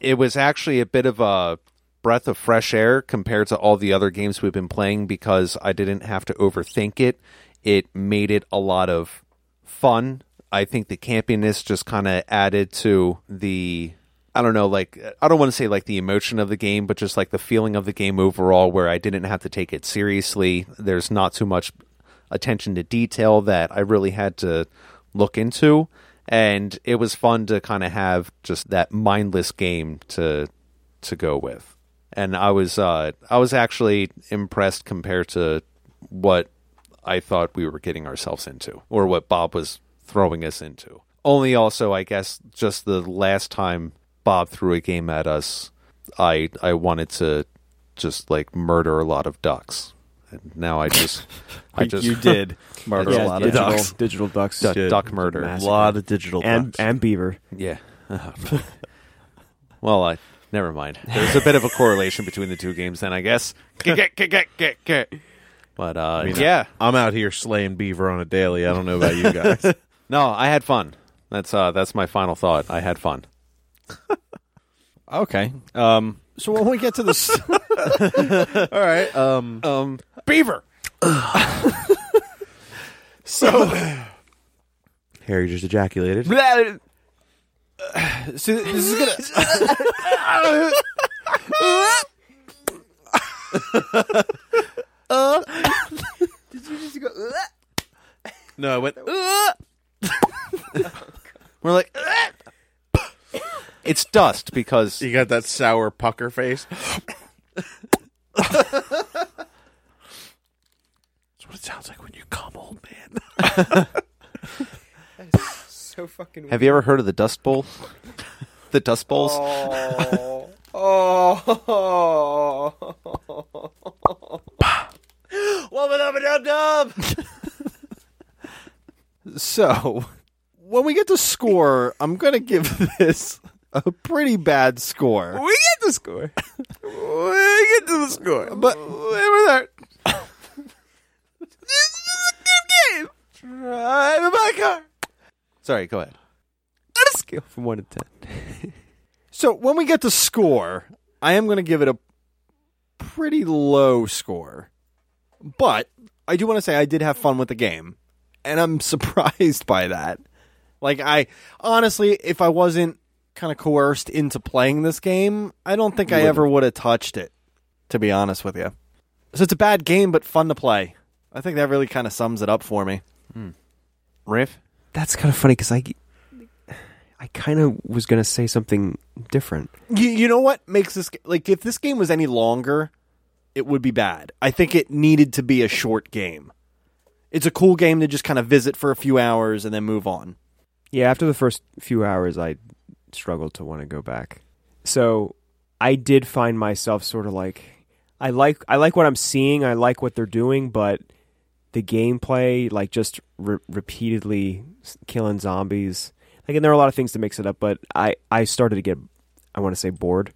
it was actually a bit of a breath of fresh air compared to all the other games we've been playing because I didn't have to overthink it. It made it a lot of fun. I think the campiness just kind of added to the I don't know, like I don't want to say like the emotion of the game, but just like the feeling of the game overall where I didn't have to take it seriously. There's not too much attention to detail that I really had to look into and it was fun to kind of have just that mindless game to to go with. And I was uh I was actually impressed compared to what I thought we were getting ourselves into or what Bob was throwing us into. Only also I guess just the last time Bob threw a game at us, I I wanted to just like murder a lot of ducks. And now I just I just
you did murder
Yeah,
a lot of
digital,
ducks.
digital ducks.
duck,
Shit.
duck murder.
A
Massive.
lot of digital
and
ducks.
and beaver.
Yeah. well, I never mind. There's a bit of a correlation between the two games, then I guess. But uh,
mean,
yeah,
I'm out here slaying beaver on a daily. I don't know about you guys.
no, I had fun. That's uh, that's my final thought. I had fun.
Okay. Um. So when we get to this,
All right. Um
Um,
beaver. so Harry just ejaculated.
so this is gonna.
No, I went
we're like, it's dust because
you got that sour pucker face. That's what it sounds like when you come, old man.
So fucking.
have you ever heard of the Dust Bowl? the Dust Bowls.
Oh. Oh.
So when we get to score, I'm gonna give this a pretty bad score.
We get the score. We get to the score.
But
we're there. this is a good game. Drive my car.
Sorry, go ahead.
scale from one to ten.
So when we get to score, I am going to give it a pretty low score. But I do want to say I did have fun with the game, and I'm surprised by that. Like I honestly, if I wasn't kind of coerced into playing this game, I don't think I ever would have touched it, to be honest with you. So it's a bad game but fun to play. I think that really kind of sums it up for me.
Riff?
That's kind of funny because I, I kind of was gonna say something different.
You, you know what makes this g- like if this game was any longer, it would be bad. I think it needed to be a short game. It's a cool game to just kind of visit for a few hours and then move on.
Yeah, after the first few hours, I struggled to want to go back. So I did find myself sort of like I like I like what I'm seeing. I like what they're doing, but the gameplay, like just re- repeatedly s- killing zombies, like and there are a lot of things to mix it up. But I I started to get I want to say bored,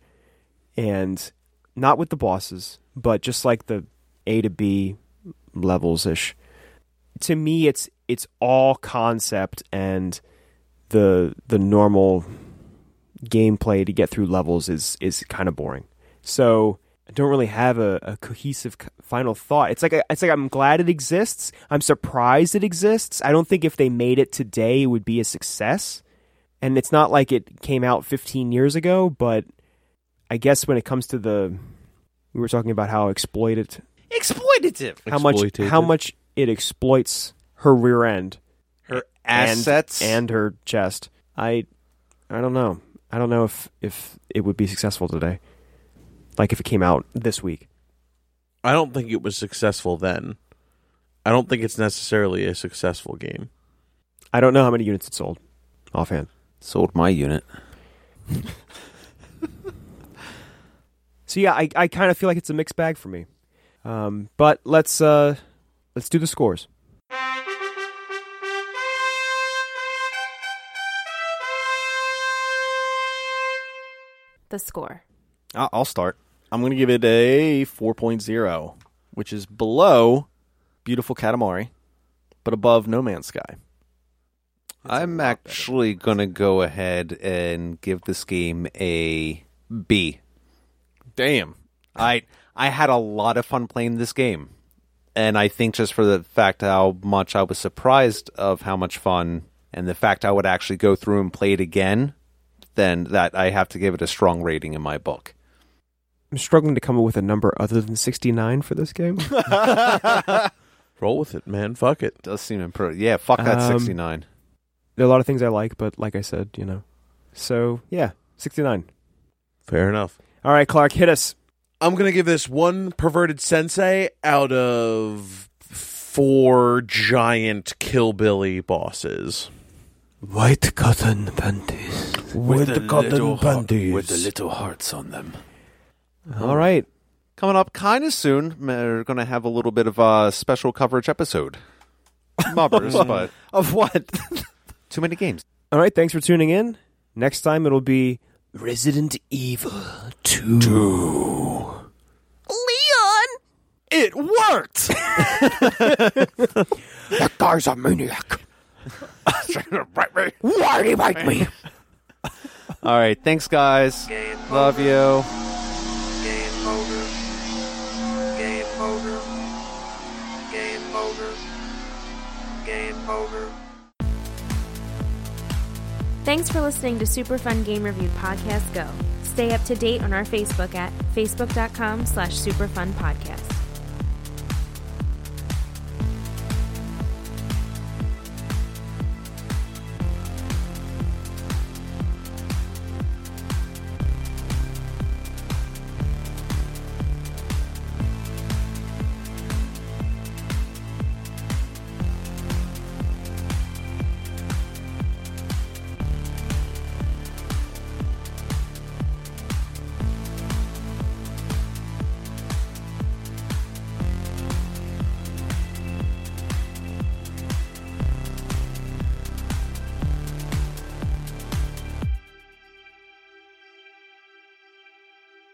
and not with the bosses, but just like the A to B levels ish. To me, it's it's all concept and the the normal gameplay to get through levels is is kind of boring. So I don't really have a, a cohesive c- final thought. It's like I- it's like I'm glad it exists. I'm surprised it exists. I don't think if they made it today, it would be a success. And it's not like it came out 15 years ago, but I guess when it comes to the we were talking about how exploited
Exploitative.
how much how much it exploits her rear end
Her
and-
assets.
and her chest. I I don't know. I don't know if if it would be successful today. Like if it came out this week.
I don't think it was successful then. I don't think it's necessarily a successful game.
I don't know how many units it sold offhand.
Sold my unit.
So yeah, I, I kind of feel like it's a mixed bag for me. Um, but let's uh let's do the scores.
The score.
I- I'll start. I'm going to give it a 4.0, which is below Beautiful Katamari, but above No Man's Sky.
I'm actually going to go ahead and give this game a B.
Damn.
I I had a lot of fun playing this game. And I think just for the fact how much I was surprised of how much fun and the fact I would actually go through and play it again, then that I have to give it a strong rating in my book.
I'm struggling to come up with a number other than 69 for this game.
Roll with it, man. Fuck it.
Does seem improved. Yeah, fuck that
Um,
69.
there are a lot of things I like, but like I said, you know. So, yeah, 69.
Fair enough.
All right, Clark, hit us.
I'm gonna give this one perverted sensei out of four giant Kill Billy bosses.
White cotton panties.
With the cotton panties.
With the little hearts on them.
Uh-huh.
All right.
Coming up kind of soon, we're going to have a little bit of a special coverage episode. Mobbers, but
Of what?
too many games.
All right, thanks for tuning in. Next time it'll be
Resident Evil 2.
it worked!
That guy's a maniac. Why did he bite me?
All right, thanks guys. Love you.
Game over. Game over. Game over. Game over.
Thanks for listening to Super Fun Game Review Podcast Go. Stay up to date on our Facebook at facebook.com slash superfunpodcast.